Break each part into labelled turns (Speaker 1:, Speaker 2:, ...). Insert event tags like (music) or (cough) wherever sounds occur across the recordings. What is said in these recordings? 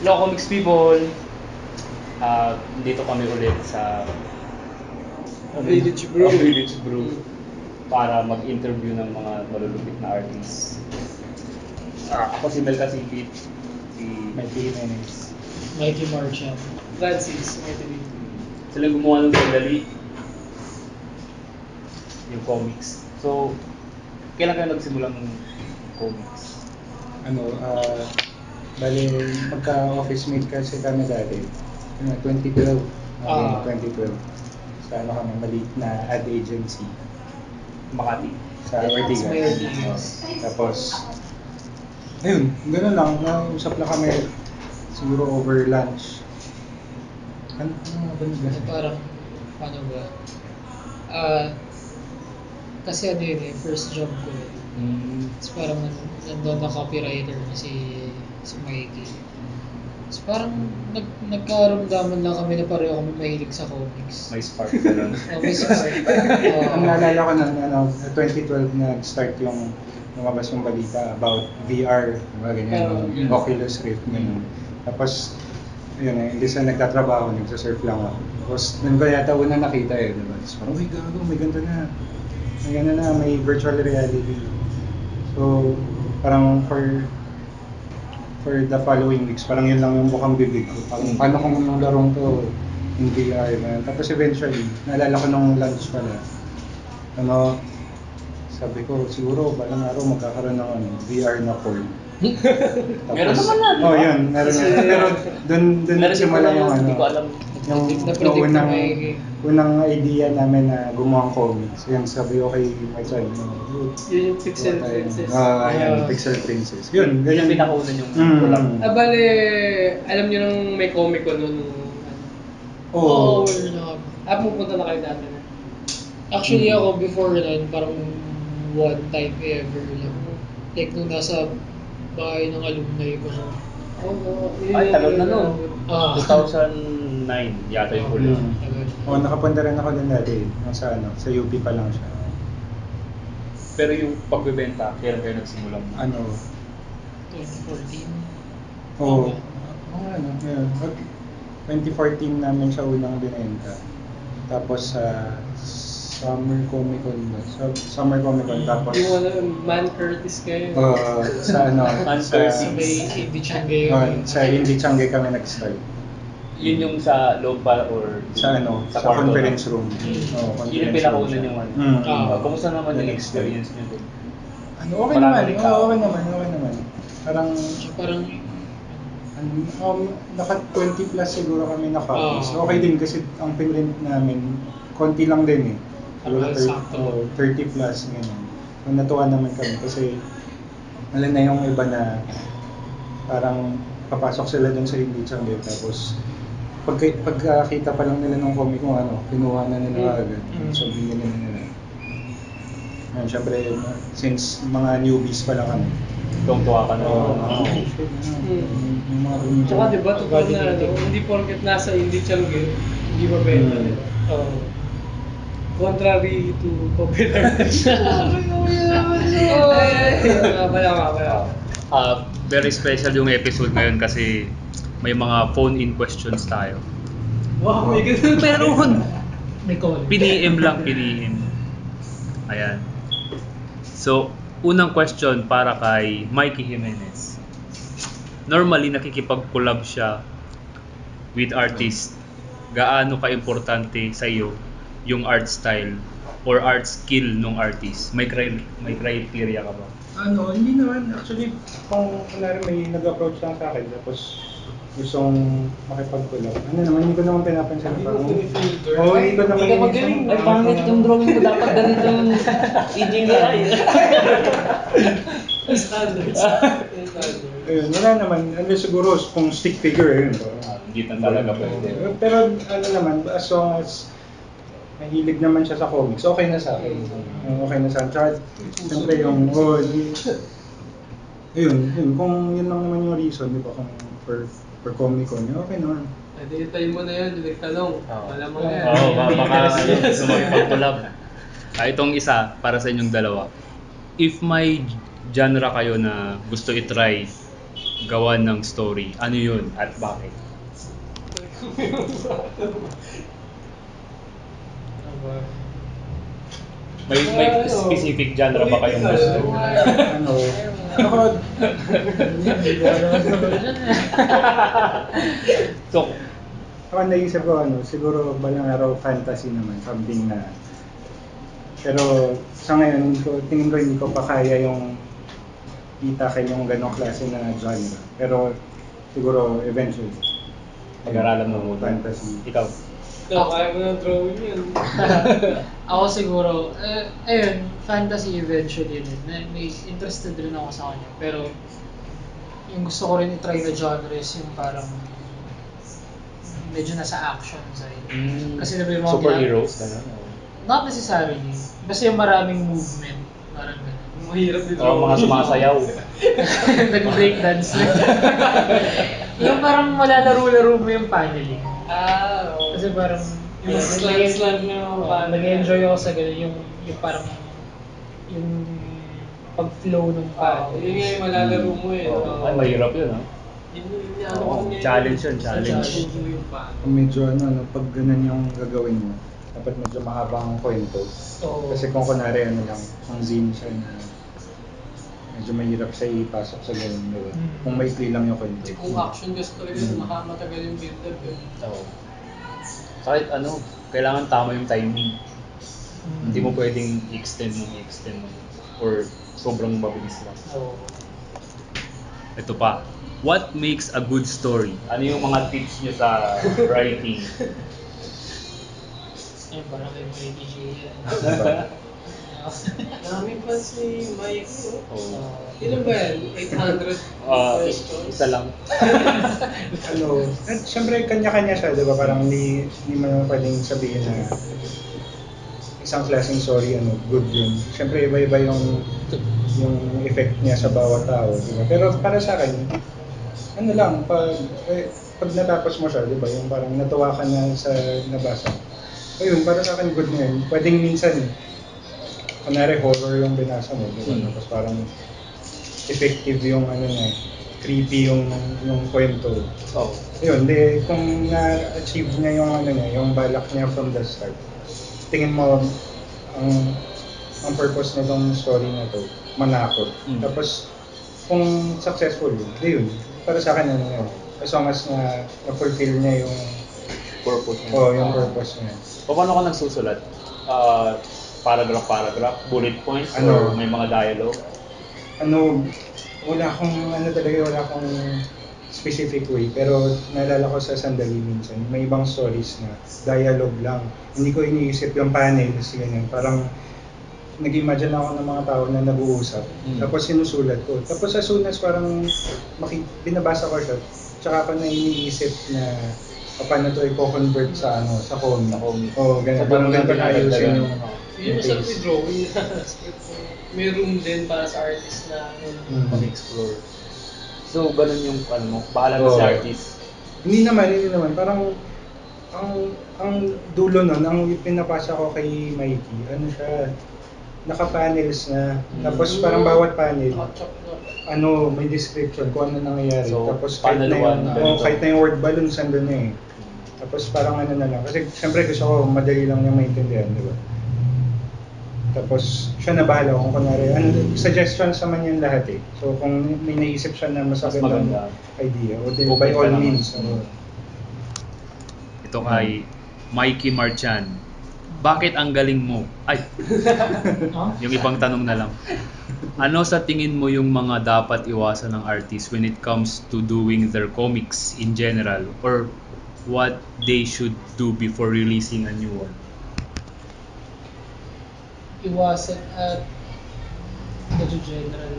Speaker 1: Hello, comics people. Ah, dito kami ulit sa
Speaker 2: Village Brew.
Speaker 1: Ah, Village Brew para mag-interview ng mga malulupit na artists. Ah, ako si Mel Casipit, si
Speaker 3: Mikey Jimenez.
Speaker 4: Mikey Marchant.
Speaker 2: Francis, may tinig.
Speaker 1: sila gumawa ng sandali yung comics. So, kailan kayo nagsimula ng comics?
Speaker 3: Ano, ah, bali, pagka-office mate kasi kami dati. Ano, 2012. Ah.
Speaker 4: Ah.
Speaker 3: 2012. Sa ano kami, maliit na ad agency.
Speaker 1: Makati.
Speaker 3: Sa Ortigas.
Speaker 2: may Ortigas.
Speaker 3: Oo. Tapos, ayun, gano'n lang. Nausap lang kami siguro over lunch. Ano, ano ba
Speaker 4: Kasi
Speaker 3: nag
Speaker 4: parang, ano ba? Ah, kasi ano yun eh, first job ko. eh.
Speaker 1: Mm.
Speaker 4: Tapos parang nan- nandun na copywriter na si, si Mikey. Tapos parang nag, nagkaramdaman lang kami na pareho kami mahilig sa comics. ah,
Speaker 1: May spark na
Speaker 3: (laughs)
Speaker 1: lang.
Speaker 4: Oh, may spark. Oo.
Speaker 3: Ang naalala ko na, ano, 2012 na nag-start yung lumabas yung balita about VR, diba, ganyan,
Speaker 4: Oh,
Speaker 3: yung Oculus Rift, ganyan. Tapos, yun, eh, hindi sa nagtatrabaho, nagsasurf lang ako. Tapos, nun ko yata una nakita eh, diba? Tapos parang, uy, gago, may ganito na. May ganito na, may virtual reality. So, parang for for the following weeks, parang yun lang yung bukang bibig ko. Parang,
Speaker 1: Mm.
Speaker 3: paano kung yung larong to in VR na. eh. Tapos eventually, naalala ko nung lunch pala, ano, sabi ko, siguro balang araw magkakaroon ng ano, VR na porn.
Speaker 1: (laughs) Meron naman na, di
Speaker 3: Oh,
Speaker 1: ba?
Speaker 3: yun, meron na.
Speaker 2: Kasi-
Speaker 3: Pero dun, dun
Speaker 1: Narinig ko
Speaker 3: nagsimula
Speaker 1: lang
Speaker 3: yung
Speaker 1: yun,
Speaker 3: ano.
Speaker 1: Hindi ko alam.
Speaker 3: Yung,
Speaker 4: Na-predict
Speaker 3: yung
Speaker 4: ko
Speaker 3: unang,
Speaker 4: may-
Speaker 3: unang idea namin na gumawa ng comics. Yun, sabi ko kay Michael, "Dude,
Speaker 2: Yun yung Pixel
Speaker 3: gawa tayo ng-
Speaker 2: Princess.
Speaker 3: Ah, ayan,
Speaker 4: Ah.
Speaker 3: Pixel Princess. Yun,
Speaker 1: Yun
Speaker 3: ganyan.
Speaker 1: yung pinakauna yung
Speaker 3: Mm.
Speaker 1: kulang.
Speaker 2: Ah, bale, alam niyo nung may comic ko noon.
Speaker 3: Oo.
Speaker 4: Oo, wala na kami.
Speaker 2: Ah, pupunta na kayo dati na.
Speaker 4: Actually ako before nun, parang one time ever lang. Like nung nasa bahay ng alumni ko. no?
Speaker 2: Oo.
Speaker 1: Ay, tagal na nun.
Speaker 4: Ah,
Speaker 1: 2009 yata yung huli.
Speaker 3: Mm.
Speaker 4: tagal.
Speaker 3: Oo, nakapunta rin ako din dati. Nasa ano, sa UP pa lang siya.
Speaker 1: Pero yung pagbebenta, kailan kayo nagsimulang?
Speaker 3: Ano,
Speaker 4: 2014.
Speaker 3: oo. Oh, ano, yun. Pag 2014 namin siya unang binenta. Tapos sa Summer Comic Con ba? Sa Summer Comic Con. Tapos
Speaker 2: Yung
Speaker 4: uh,
Speaker 2: ano, Man Curtis kayo.
Speaker 3: uh, sa ano,
Speaker 1: Man
Speaker 3: sa,
Speaker 4: Sa
Speaker 1: Curtis.
Speaker 4: may Indy Changay.
Speaker 3: oh, sa Indie Changge kami nag-start.
Speaker 1: Yun yung sa loob ba or
Speaker 3: Sa ano, sa,
Speaker 1: kwarto na?
Speaker 3: conference room.
Speaker 4: Mm.
Speaker 3: Oo, conference
Speaker 1: Yun yung pinakauna
Speaker 3: room siya.
Speaker 1: yung ano.
Speaker 3: Mm.
Speaker 4: Ah.
Speaker 1: Uh, Kumusta naman yung
Speaker 3: Yung
Speaker 1: experience niyo doon?
Speaker 3: Ano, okay
Speaker 1: Marami
Speaker 3: naman,
Speaker 1: rin
Speaker 3: oo,
Speaker 1: tao.
Speaker 3: okay naman, okay naman. Parang
Speaker 4: So parang,
Speaker 3: Ano, Um, naka 20 plus siguro kami na copies.
Speaker 4: Oo.
Speaker 3: okay din kasi ang pinrint namin, konti lang din eh. Siguro
Speaker 4: Parang
Speaker 3: thir-
Speaker 4: sakto.
Speaker 3: oo, 30 plus, ganun. So, natuwa naman kami kasi alam na yung iba na parang papasok sila dun sa hindi Changge tapos pag pagkakita pa lang nila ng comic kung ano, kinuha na nila
Speaker 2: Mm.
Speaker 3: agad.
Speaker 4: Mm.
Speaker 3: So binili na nila. Ayun, syempre, since mga newbies pa lang kami.
Speaker 1: Tuwang-tuwa ka na.
Speaker 3: Oo.
Speaker 1: Oo.
Speaker 3: Mm. Yung mga
Speaker 2: Tsaka di ba, totoo na ano,
Speaker 4: Validated.
Speaker 2: hindi porket nasa Indie Changge, hindi mabenta.
Speaker 3: Mm.
Speaker 2: Mm. contrary to (laughs) popular. Oo, nga pala, nga pala.
Speaker 1: Ah, very special yung episode ngayon kasi may mga phone-in questions tayo.
Speaker 2: Wow, may ganun.
Speaker 1: Meron!
Speaker 4: may call.
Speaker 1: Piniim lang, piniim. Ayan. So, unang question para kay Mikey Jimenez. Normally, nakikipag-collab siya with artist. Gaano ka-importante sa iyo yung art style or art skill ng artist? May, cri- may criteria ka ba?
Speaker 3: Ano, hindi naman. Actually, kung kunwari may nag-approach lang sa akin, tapos gustong makipag-collab. Ano naman, hindi ko naman pinapansin.
Speaker 2: Hindi
Speaker 3: parang-
Speaker 2: ko pinifilter.
Speaker 3: Oo, hindi ko naman.
Speaker 2: Hindi ka magaling.
Speaker 3: Ay, pangit yung
Speaker 4: drawing ko dapat ganito
Speaker 2: (laughs)
Speaker 4: yung aging
Speaker 2: (laughs) Standards.
Speaker 3: Ayun, wala naman. Ano siguro, kung stick figure, ayun.
Speaker 1: Ah,
Speaker 3: parang-
Speaker 1: hindi na talaga
Speaker 3: Pero,
Speaker 1: pwede.
Speaker 3: pero ano naman, as long as mahilig naman siya sa comics, okay na sa akin.
Speaker 1: Mm.
Speaker 3: Okay na sa akin. Tsaka, siyempre yung, oh, di- ayun, yun, kung yun lang naman yung reason, di ba, kung for, for Comic Con, yun, okay naman.
Speaker 2: Editay mo na yun, nagtanong.
Speaker 1: Oo.
Speaker 2: Malamang yan.
Speaker 1: Oo, oh, (laughs) baka ano, sumagpag-collab. Ah, itong isa para sa inyong dalawa. If may genre kayo na gusto i-try gawa ng story. Ano yun at bakit?
Speaker 4: Ano ba?
Speaker 1: May, may
Speaker 2: Ano?
Speaker 1: specific genre ba kayong gusto?
Speaker 3: ano, ako,
Speaker 4: Hindi ko alam ang tawag dyan.
Speaker 1: So,
Speaker 3: ako naisip ko, ano, siguro balang araw fantasy naman, something na, pero sa ngayon, hindi ko, tingin ko hindi ko pa kaya yung kita kay yung ganong klase na genre. Pero siguro eventually.
Speaker 1: pag-aralan mo muna.
Speaker 3: Fantasy.
Speaker 1: Ikaw.
Speaker 2: No, kaya mo ng drawing yun. (laughs)
Speaker 4: Ako siguro, eh, ayun, fantasy eventually rin. Na- May interested rin ako sa kanya. Pero, yung gusto ko rin i-try na genre is yung parang medyo nasa action side.
Speaker 2: Mm.
Speaker 4: Kasi nabi mo,
Speaker 1: Superheroes, gano'n.
Speaker 4: Not necessarily. Basta yung maraming movement. Parang ganun. (laughs)
Speaker 2: Mahirap din
Speaker 1: O Oh, mga sumasayaw.
Speaker 4: Nag-breakdance
Speaker 2: (laughs)
Speaker 4: na. yung parang malalaro-laro mo yung paneling.
Speaker 2: Ah, oo.
Speaker 4: Kasi parang...
Speaker 2: Yung slant-slant na yung
Speaker 4: Oo,
Speaker 2: paneling.
Speaker 4: Nag-enjoy ako sa ganun. Yung, yung parang... Yung pag-flow ng
Speaker 2: Ah, yun nga
Speaker 4: paneling.
Speaker 2: yung malalaro mo eh.
Speaker 1: Oo. Oh, Ay, mahirap yun, ah. ha?
Speaker 2: Yun yung- yun
Speaker 1: Oo,
Speaker 2: yung-
Speaker 1: challenge yun, challenge.
Speaker 2: Challenge mo yung paano.
Speaker 3: Kung medyo ano, ano, pag ganun yung gagawin mo, dapat medyo mahaba ang kwento.
Speaker 4: Oo.
Speaker 3: Kasi kung kunwari ano lang, ang zine siya na medyo mahirap siya ipasok sa ganun, di ba?
Speaker 4: Mm.
Speaker 3: Kung maikli lang yung kwento.
Speaker 2: Kasi kung action gusto talaga,
Speaker 3: Mm.
Speaker 2: makamatagal yung build-up eh.
Speaker 1: Oo. Kahit ano, kailangan tama yung timing.
Speaker 4: Mm.
Speaker 1: Hindi mo pwedeng i-extend mo, i-extend mo. Or sobrang mabilis lang.
Speaker 4: Oo.
Speaker 1: Ito pa. What makes a good story? Ano yung mga tips nyo (laughs) sa writing?
Speaker 4: Ayun, eh, parang may mga DJ yan. (laughs)
Speaker 3: Diba?
Speaker 2: Dami pa si Mike. oh.
Speaker 1: Oh.
Speaker 2: Ilan ba yan? 800
Speaker 1: Ah,
Speaker 2: questions?
Speaker 1: isa lang.
Speaker 3: ano, at syempre kanya-kanya siya, di ba? Parang hindi, hindi mo naman pwedeng sabihin na isang klaseng story, ano, good yun. Siyempre iba-iba yung yung effect niya sa bawat tao, di ba? Pero para sa akin, ano lang, pag, eh, pag natapos mo siya, di ba? Yung parang natuwa ka na sa nabasa. Ayun, para sa akin, good na yun. Pwedeng minsan, kunwari horror yung binasa mo, di ba?
Speaker 1: Hmm.
Speaker 3: Tapos parang effective yung ano na, creepy yung yung kwento.
Speaker 1: Oh.
Speaker 3: Yun, di, kung na-achieve niya yung ano niya, yung balak niya from the start, tingin mo ang ang purpose na tong story na to, manakot.
Speaker 1: Mm.
Speaker 3: Tapos, kung successful yun, di yun. Para sa akin, ano yun. As long as na, na-fulfill niya yung,
Speaker 1: Purpose mo.
Speaker 3: oh, yung purpose niya.
Speaker 1: O paano ka nagsusulat? Ah, paragraph, paragraph, bullet points,
Speaker 3: Ano?
Speaker 1: or may mga dialogue?
Speaker 3: ano, wala akong, ano talaga, wala akong specific way. Pero naalala ko sa sandali minsan, may ibang stories na dialogue lang. Hindi ko iniisip yung panels, ganyan. Parang nag-imagine ako ng mga tao na nag-uusap.
Speaker 1: Mm.
Speaker 3: Tapos sinusulat ko. Tapos as soon as parang maki- binabasa ko siya, tsaka ko na iniisip na o, paano to i-convert sa ano, sa comic.
Speaker 1: Sa comic.
Speaker 3: Oo, ganyan.
Speaker 1: So,
Speaker 3: Parang
Speaker 1: doon
Speaker 3: ganun ko
Speaker 1: na
Speaker 3: na ayusin yung,
Speaker 1: dinadagdagan.
Speaker 2: Yun
Speaker 3: yung
Speaker 2: masarap
Speaker 3: pace.
Speaker 2: yung drawing (laughs) na script mo. May room din para sa artist na
Speaker 1: Hmm.
Speaker 2: ano.
Speaker 3: Mm.
Speaker 1: Pag-explore. So, ganun yung, ano mo, bahala na
Speaker 3: Oo.
Speaker 1: si artist.
Speaker 3: Hindi naman, hindi naman. Parang ang ang dulo nun, ang pinapasa ko kay Mikey, ano siya, naka-panels na.
Speaker 1: Mm.
Speaker 3: Tapos parang bawat panel,
Speaker 2: Nakachok na.
Speaker 3: ano, may description kung ano nangyayari.
Speaker 1: So,
Speaker 3: Tapos kahit
Speaker 1: panel
Speaker 3: na, yung,
Speaker 1: one,
Speaker 3: oh,
Speaker 1: panel
Speaker 3: kahit
Speaker 1: two.
Speaker 3: na yung word balloons, ando na eh. Tapos parang ano na lang. Kasi siyempre gusto ko madali lang niya maintindihan, di ba? Tapos siya na bahala kung kunwari, ano, suggestions naman yung lahat eh. So kung may naisip siya na mas,
Speaker 1: Mas
Speaker 3: magandang
Speaker 1: maganda.
Speaker 3: idea, o then
Speaker 1: Okay
Speaker 3: by
Speaker 1: pa
Speaker 3: all
Speaker 1: naman.
Speaker 3: means. ano,
Speaker 1: Ito kay Mikey Marchan. Bakit ang galing mo? Ay,
Speaker 4: Huh?
Speaker 1: yung ibang tanong na lang. Ano sa tingin mo yung mga dapat iwasan ng artist when it comes to doing their comics in general or what they should do before releasing a new one?
Speaker 4: Iwasan at medyo general.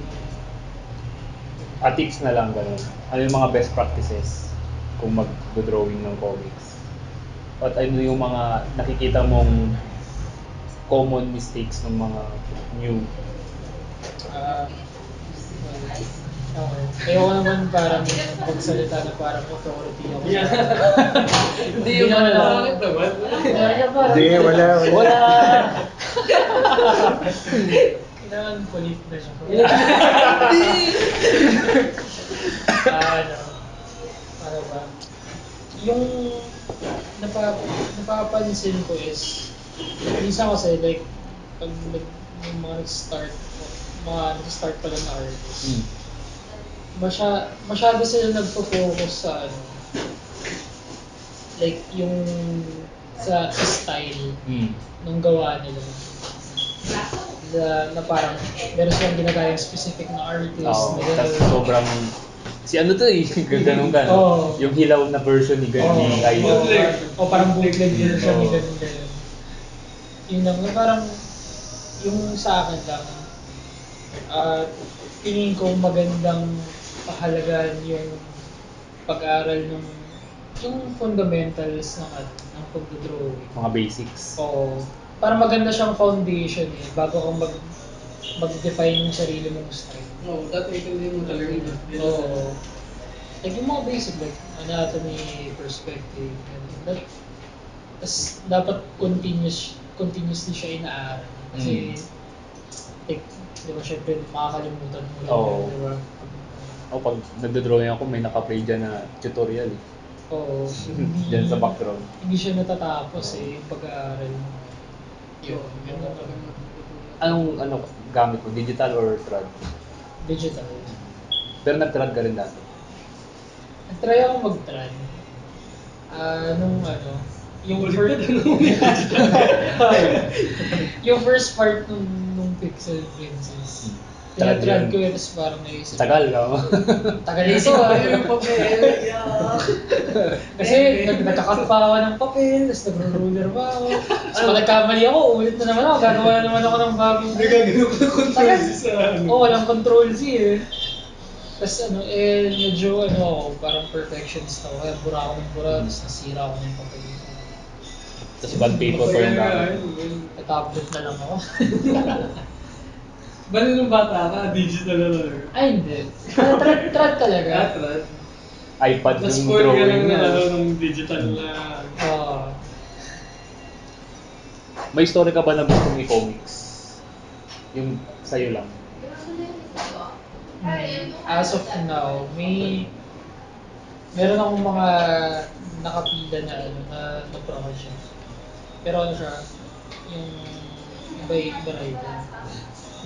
Speaker 1: A tips na lang ganun. Ano yung mga best practices kung mag-drawing ng comics? At ano yung mga nakikita mong common mistakes ng mga new
Speaker 4: Ah, well, okay. Ayoko naman parang magsalita na parang authority ako.
Speaker 2: Yeah. (laughs) Hindi yung
Speaker 4: naman
Speaker 2: mga
Speaker 4: alam.
Speaker 2: bakit naman.
Speaker 3: Hindi, wala, wala.
Speaker 4: Kailangan kulit na siya.
Speaker 2: Hindi!
Speaker 4: ano, ano ba? Yung napa, napapansin ko is, minsan kasi like, pag nag, yung mga nag-start, mga nag-start pala na artist,
Speaker 1: Mm.
Speaker 4: masya, masyado sila nagpo-focus sa ano, like yung sa style
Speaker 1: Mm.
Speaker 4: nung gawa nila. Na, na parang meron silang ginagayang specific na artist.
Speaker 1: Oo,
Speaker 4: na
Speaker 1: tapos
Speaker 4: ganun.
Speaker 1: sobrang... Si ano to eh, (laughs) ganun ka, no?
Speaker 4: Oo.
Speaker 1: Yung hilaw na version ni
Speaker 4: Oo.
Speaker 1: Gani, ay
Speaker 2: Oo. Bootleg.
Speaker 4: O parang bootleg din siya
Speaker 1: Oo.
Speaker 4: ni ganun ganun. Yun lang, yung parang yung sa akin lang, ah tingin ko magandang pahalagaan yung pag-aral ng yung fundamentals ng ano, ng pagdodrawing.
Speaker 1: mga basics.
Speaker 4: So, para maganda siyang foundation eh, bago kang mag mag-define ng sarili mong style.
Speaker 2: No, dati ito din mo talaga yun. Yun.
Speaker 4: Oo. Like yung mga basic, like anatomy, perspective, and that, tas dapat continuous, continuously siya inaaral. Kasi, like, di ba syempre, makakalimutan mo lang,
Speaker 1: Hmm. Oo.
Speaker 4: di ba?
Speaker 1: O pag nagdodrawing ako, may nakaplay dyan na tutorial (laughs) eh.
Speaker 4: Oo. hindi-
Speaker 1: dyan sa background.
Speaker 4: Hindi siya natatapos eh, yung pag-aaral mo.
Speaker 2: Yun,
Speaker 4: Yun,
Speaker 2: yun
Speaker 4: yun
Speaker 2: lang
Speaker 4: lang
Speaker 2: talaga.
Speaker 4: talaga.
Speaker 1: Anong ano gamit mo? Digital or trad?
Speaker 4: Digital.
Speaker 1: Pero nag-trad ka rin dati.
Speaker 4: Nag-try ako mag-try. Ah, nung ano, yung
Speaker 2: Ulit
Speaker 4: first,
Speaker 2: na tanong.
Speaker 4: (laughs) yung first part nung, nung Pixel Princess.
Speaker 1: Tagal
Speaker 4: Tinatrad
Speaker 1: yun.
Speaker 4: ko yun, tapos parang naisip.
Speaker 1: Tagal ka.
Speaker 4: Tagal
Speaker 2: Ito, (laughs)
Speaker 4: isip ko.
Speaker 2: ayun yung papel. Yeah.
Speaker 4: Kasi nag- nagkakat pa ako ng papel, tapos nagro-ruler pa ako. Tapos pag nagkamali ako, ulit na naman ako. Gagawa na naman ako ng bagong...
Speaker 2: Nagagano ko ng control
Speaker 4: Tagal.
Speaker 2: sa ano.
Speaker 4: Oo, oh, walang control Z eh. Tapos ano, eh, medyo ano ako, parang perfectionist ako. Kaya bura ako ng bura, tapos nasira ako ng papel.
Speaker 1: (laughs) Tapos bad paper pa
Speaker 2: Kaya
Speaker 1: yung
Speaker 2: nga,
Speaker 1: gamit.
Speaker 2: ano, yun.
Speaker 4: Natablet na lang ako. (laughs)
Speaker 2: Bali nung bata ka, digital na lang.
Speaker 4: Ay, hindi. Trad, trad talaga.
Speaker 2: Katrat.
Speaker 1: iPad
Speaker 2: Tapos
Speaker 1: yung
Speaker 2: for ka lang
Speaker 1: drawing
Speaker 2: na ano,
Speaker 1: niya.
Speaker 2: nung digital na.
Speaker 4: Oo.
Speaker 1: May story ka ba na gusto ni comics? Yung sa'yo lang.
Speaker 4: Hmm. As of now, may meron akong mga nakapila na ano na, na project. Pero ano siya, yung iba iba rider.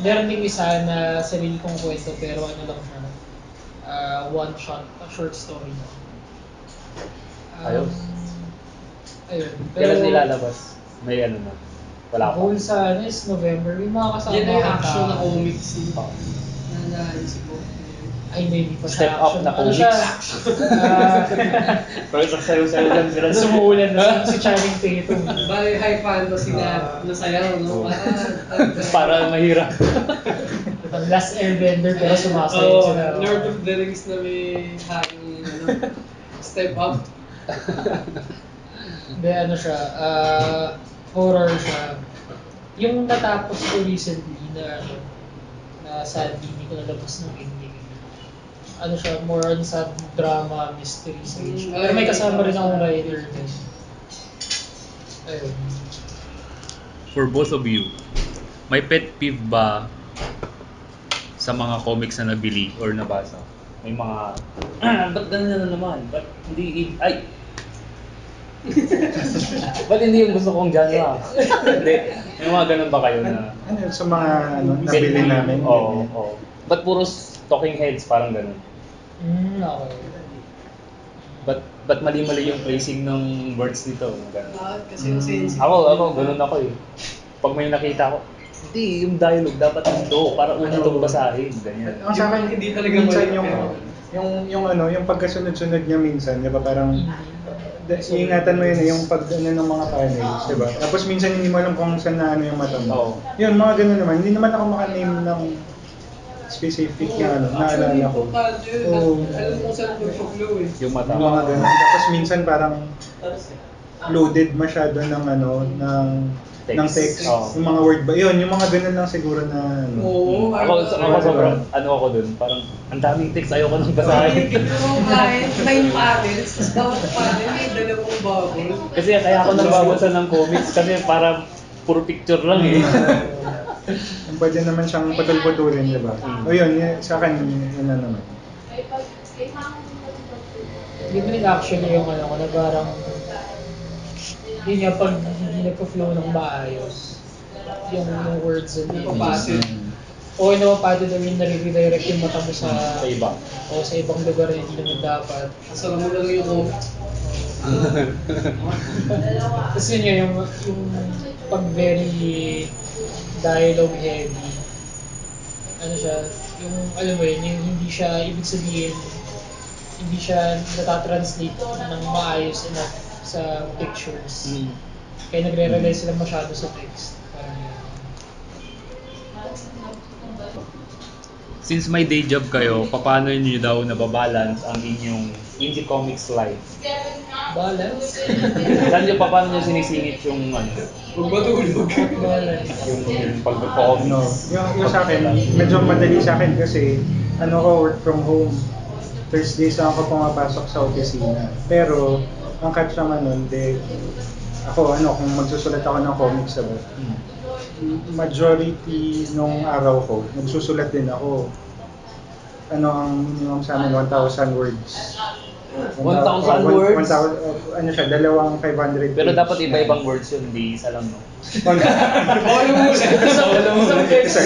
Speaker 4: Meron ding isa na sarili kong kwento pero ano lang siya. ah one shot, a short story lang. Um,
Speaker 2: Ah.
Speaker 1: Ayos.
Speaker 4: Ayun.
Speaker 1: Kailan nilalabas? May ano na. Wala
Speaker 4: Wala
Speaker 1: pa.
Speaker 4: Goal sa ano is November. May mga kasama
Speaker 2: Yan na yung
Speaker 4: akong
Speaker 2: action na
Speaker 4: tao.
Speaker 2: comics. eh.
Speaker 1: Oo.
Speaker 2: Na naisip ko.
Speaker 4: Ay, may hindi pa siya
Speaker 1: Step up
Speaker 4: action.
Speaker 1: na
Speaker 4: Ano siya? Ah,
Speaker 1: Pero sa sayo-sayo lang sila.
Speaker 4: Sumuulan na si Channing Tatum.
Speaker 2: Bali, high fantasy na
Speaker 4: Ah.
Speaker 2: nasayaw,
Speaker 1: Oo.
Speaker 2: no? Parang,
Speaker 1: Para mahirap.
Speaker 4: Ang Diba? last airbender pero sumasayo
Speaker 2: Oo,
Speaker 4: sila. oh.
Speaker 2: Lord of the Rings na may hangin, ano, step up.
Speaker 4: Hindi, ano siya, ah, horror siya. Yung natapos ko recently na ano, na sadly hindi ko nalabas ng ending. Ano siya, more on sa drama, mystery sa
Speaker 2: Mm,
Speaker 4: issue. Pero may
Speaker 2: ay,
Speaker 4: kasama rin
Speaker 2: ay,
Speaker 4: akong
Speaker 2: ay.
Speaker 4: writer din. Ayun.
Speaker 1: for both of you, may pet peeve ba sa mga comics na nabili or nabasa? May mga, ah, (clears throat) ba't ganun na naman? Ba't hindi, i- ay! (laughs) ba't hindi yung gusto kong genre? hindi. May mga ganun ba kayo na?
Speaker 3: An- ano yun, sa mga ano, nabili namin?
Speaker 1: Oo, oo. Ba't puro talking heads parang ganun?
Speaker 4: Mm, okay.
Speaker 1: Ba't, ba't mali-mali yung placing ng words nito? Ganun.
Speaker 2: Bakit? Kasi yung sense.
Speaker 1: Ako, ako, ganun ako eh. Pag may nakita ko, hindi, yung dialogue dapat nito para una itong basahin. Ganyan.
Speaker 3: Ang sa akin,
Speaker 2: Hindi talaga
Speaker 3: minsan
Speaker 2: mali,
Speaker 3: yung,
Speaker 2: pero-
Speaker 3: yung, yung ano, yung pagkasunod-sunod niya minsan, di ba parang, da- iingatan mo yun eh, yung pag ano ng mga panels, di ba? Tapos minsan hindi mo alam kung saan na ano yung mata mo.
Speaker 1: Oo.
Speaker 3: Yun, mga ganun naman. Hindi naman ako makaname ng specific na ano, naalala ko. Oo.
Speaker 2: Oh. Alam mo saan ko siya flow eh.
Speaker 1: Yung mata.
Speaker 3: Yung mga ganun. Tapos minsan parang loaded masyado ng ano, ng
Speaker 1: Text.
Speaker 3: ng text.
Speaker 1: Oo.
Speaker 3: Yung mga word ba? Yun, yung mga ganun lang siguro na ano.
Speaker 2: Oo.
Speaker 1: ako,
Speaker 2: ano-
Speaker 1: ako sobrang, ano ako dun, parang, ang daming text, ayoko nang basahin.
Speaker 2: (laughs) Ay, Yung client, nine panels, tapos bawat panel may dalawang bubble.
Speaker 1: kasi kaya ako nagbabasa ng comics kasi para puro picture lang eh.
Speaker 3: Yung Pwede naman siyang putol-putulin, di ba? O yun, yun, sa akin, yun na naman.
Speaker 4: Yun rin actually yung ano ko na parang yun nga pag hindi nagpa-flow ng maayos yung, yung words yun, napapasok. Okay na mapatid ano, na rin nare-redirect yung mata mo sa
Speaker 5: Sa iba.
Speaker 4: o sa ibang lugar na hindi naman dapat.
Speaker 2: Kasama mo lang yung
Speaker 4: Tapos yun nga, yung, yung pag very dialogue heavy, ano siya, yung alam mo yun, yung hindi siya, ibig sabihin, hindi siya natatranslate ng maayos enough sa pictures.
Speaker 1: Mm.
Speaker 4: Kaya nagre-rely sila masyado sa text. Parang yun.
Speaker 1: Since may day job kayo, paano niyo daw nababalance ang inyong indie comics life?
Speaker 4: Balance.
Speaker 1: Saan niyo paano niyo sinisingit yung ano,
Speaker 2: Huwag ba tulog?
Speaker 4: Balance.
Speaker 1: yung, yung
Speaker 3: Ano,
Speaker 1: pag-comics?
Speaker 3: yung, yung sa akin, medyo madali sa akin kasi ano ko, work from home. Thursdays lang ako pumapasok sa opisina. Pero, ang catch naman nun, di, ako, ano, kung magsusulat ako ng comics, sabi,
Speaker 1: Hmm.
Speaker 3: majority nung araw ko, nagsusulat din ako. Ano ang minimum sa amin, 1,000 words.
Speaker 5: 1,000
Speaker 3: One-
Speaker 5: words?
Speaker 3: 1,000, uh, ano siya, dalawang 500
Speaker 1: Pero
Speaker 3: words.
Speaker 1: dapat iba-ibang words yun, hindi isa lang, no?
Speaker 2: Solo mo siya. Solo mo.
Speaker 4: Isang text.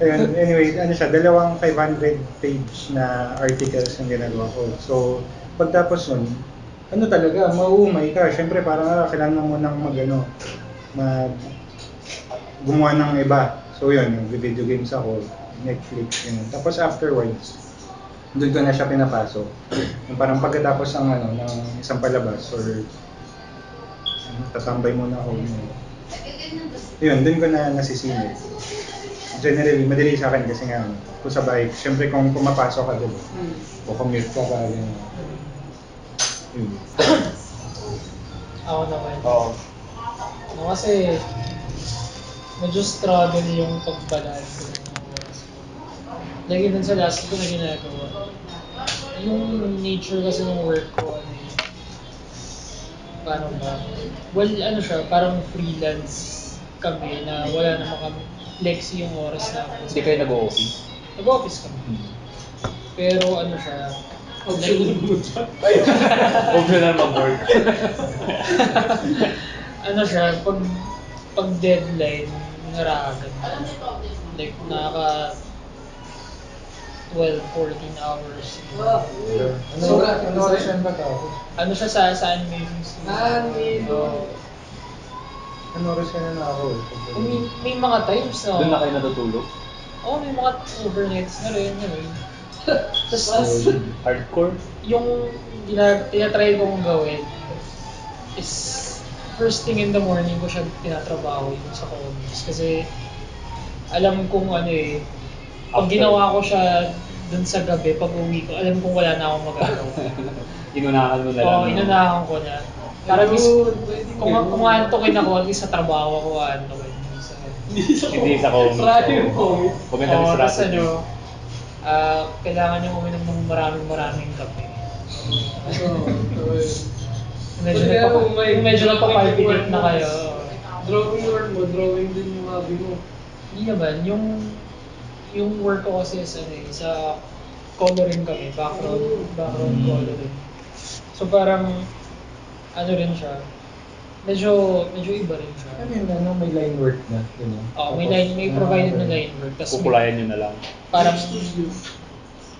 Speaker 3: Ayun, anyway, ano siya, dalawang 500 page na articles ang ginagawa ko. So, pagtapos nun, ano talaga, mauumay ka. Siyempre, parang ah, kailangan mo munang mag, ano, mag, gumawa ng iba. So, yun, yung video games ako, Netflix, yun. Tapos afterwards, doon ko na siya pinapasok. Yung parang pagkatapos ng, ano, ng isang palabas or ano, tatambay muna ako. Yun, yun doon ko na nasisingit generally, madali sa akin kasi nga, kung sa bike, syempre kung pumapasok ka doon, o commute ka ka, yun. Yun.
Speaker 4: Ako naman.
Speaker 5: Oo.
Speaker 4: No, kasi medyo struggle yung pagbalance ng mga oras ko. Lagi dun sa last ko na ginagawa. Yung nature kasi ng work ko, ano eh, paano ba? Well, ano siya, parang freelance kami na wala naman kami flexi yung oras namin.
Speaker 5: Hindi kayo nag-OOP.
Speaker 4: Nag-office kami. Pero ano siya,
Speaker 2: Optional mo siya.
Speaker 5: Optional mag-work.
Speaker 4: (laughs) ano siya, pag, pag deadline, nararamdaman mo. Like, naka 12, 14 hours.
Speaker 3: Ano, ano oras yan ba tao?
Speaker 4: Ano siya sa saan may mismo?
Speaker 2: Ah, may-
Speaker 3: Ano oras yan na ako?
Speaker 4: May, may mga times na.
Speaker 5: Doon na kayo natutulog.
Speaker 4: Oo, may mga overnights na rin. Ano yun. Tapos,
Speaker 3: So,
Speaker 5: Hardcore.
Speaker 4: yung gina- tinatry kong gawin is first thing in the morning ko siya tinatrabaho yung sa comics kasi alam kong ano eh pag
Speaker 5: After.
Speaker 4: ginawa ko siya dun sa gabi pag uwi ko alam kong wala na akong magagawa
Speaker 5: (laughs)
Speaker 1: Inunahan mo na lang.
Speaker 4: oo
Speaker 1: no?
Speaker 4: inunahan ko na para mis
Speaker 2: Ayun, pwede
Speaker 4: kung
Speaker 2: yun.
Speaker 4: kung antokin ako at least sa trabaho ko antokin sa
Speaker 1: Hindi sa comics.
Speaker 2: Sarado yung comic.
Speaker 1: Maganda
Speaker 4: Oo,
Speaker 1: oh,
Speaker 4: tas ano ah, kailangan yung uminom ng maraming maraming kape
Speaker 2: So,
Speaker 4: Medyo
Speaker 2: Pag
Speaker 4: na
Speaker 2: kaya mo may-
Speaker 4: medyo na
Speaker 2: may-
Speaker 4: na kayo.
Speaker 2: drawing work mo, drawing din yung hobby mo.
Speaker 4: Hindi naman, yung yung work ko kasi is ano eh, sa coloring kami, background, background
Speaker 1: Mm.
Speaker 4: coloring. So parang ano rin siya. Medyo medyo iba rin siya.
Speaker 3: Ano yun, ano, may line work na. Yun,
Speaker 4: Oh, may line,
Speaker 3: ah,
Speaker 4: may provided na line work. Tapos
Speaker 1: Kukulayan nyo na lang.
Speaker 4: parang
Speaker 2: Studio.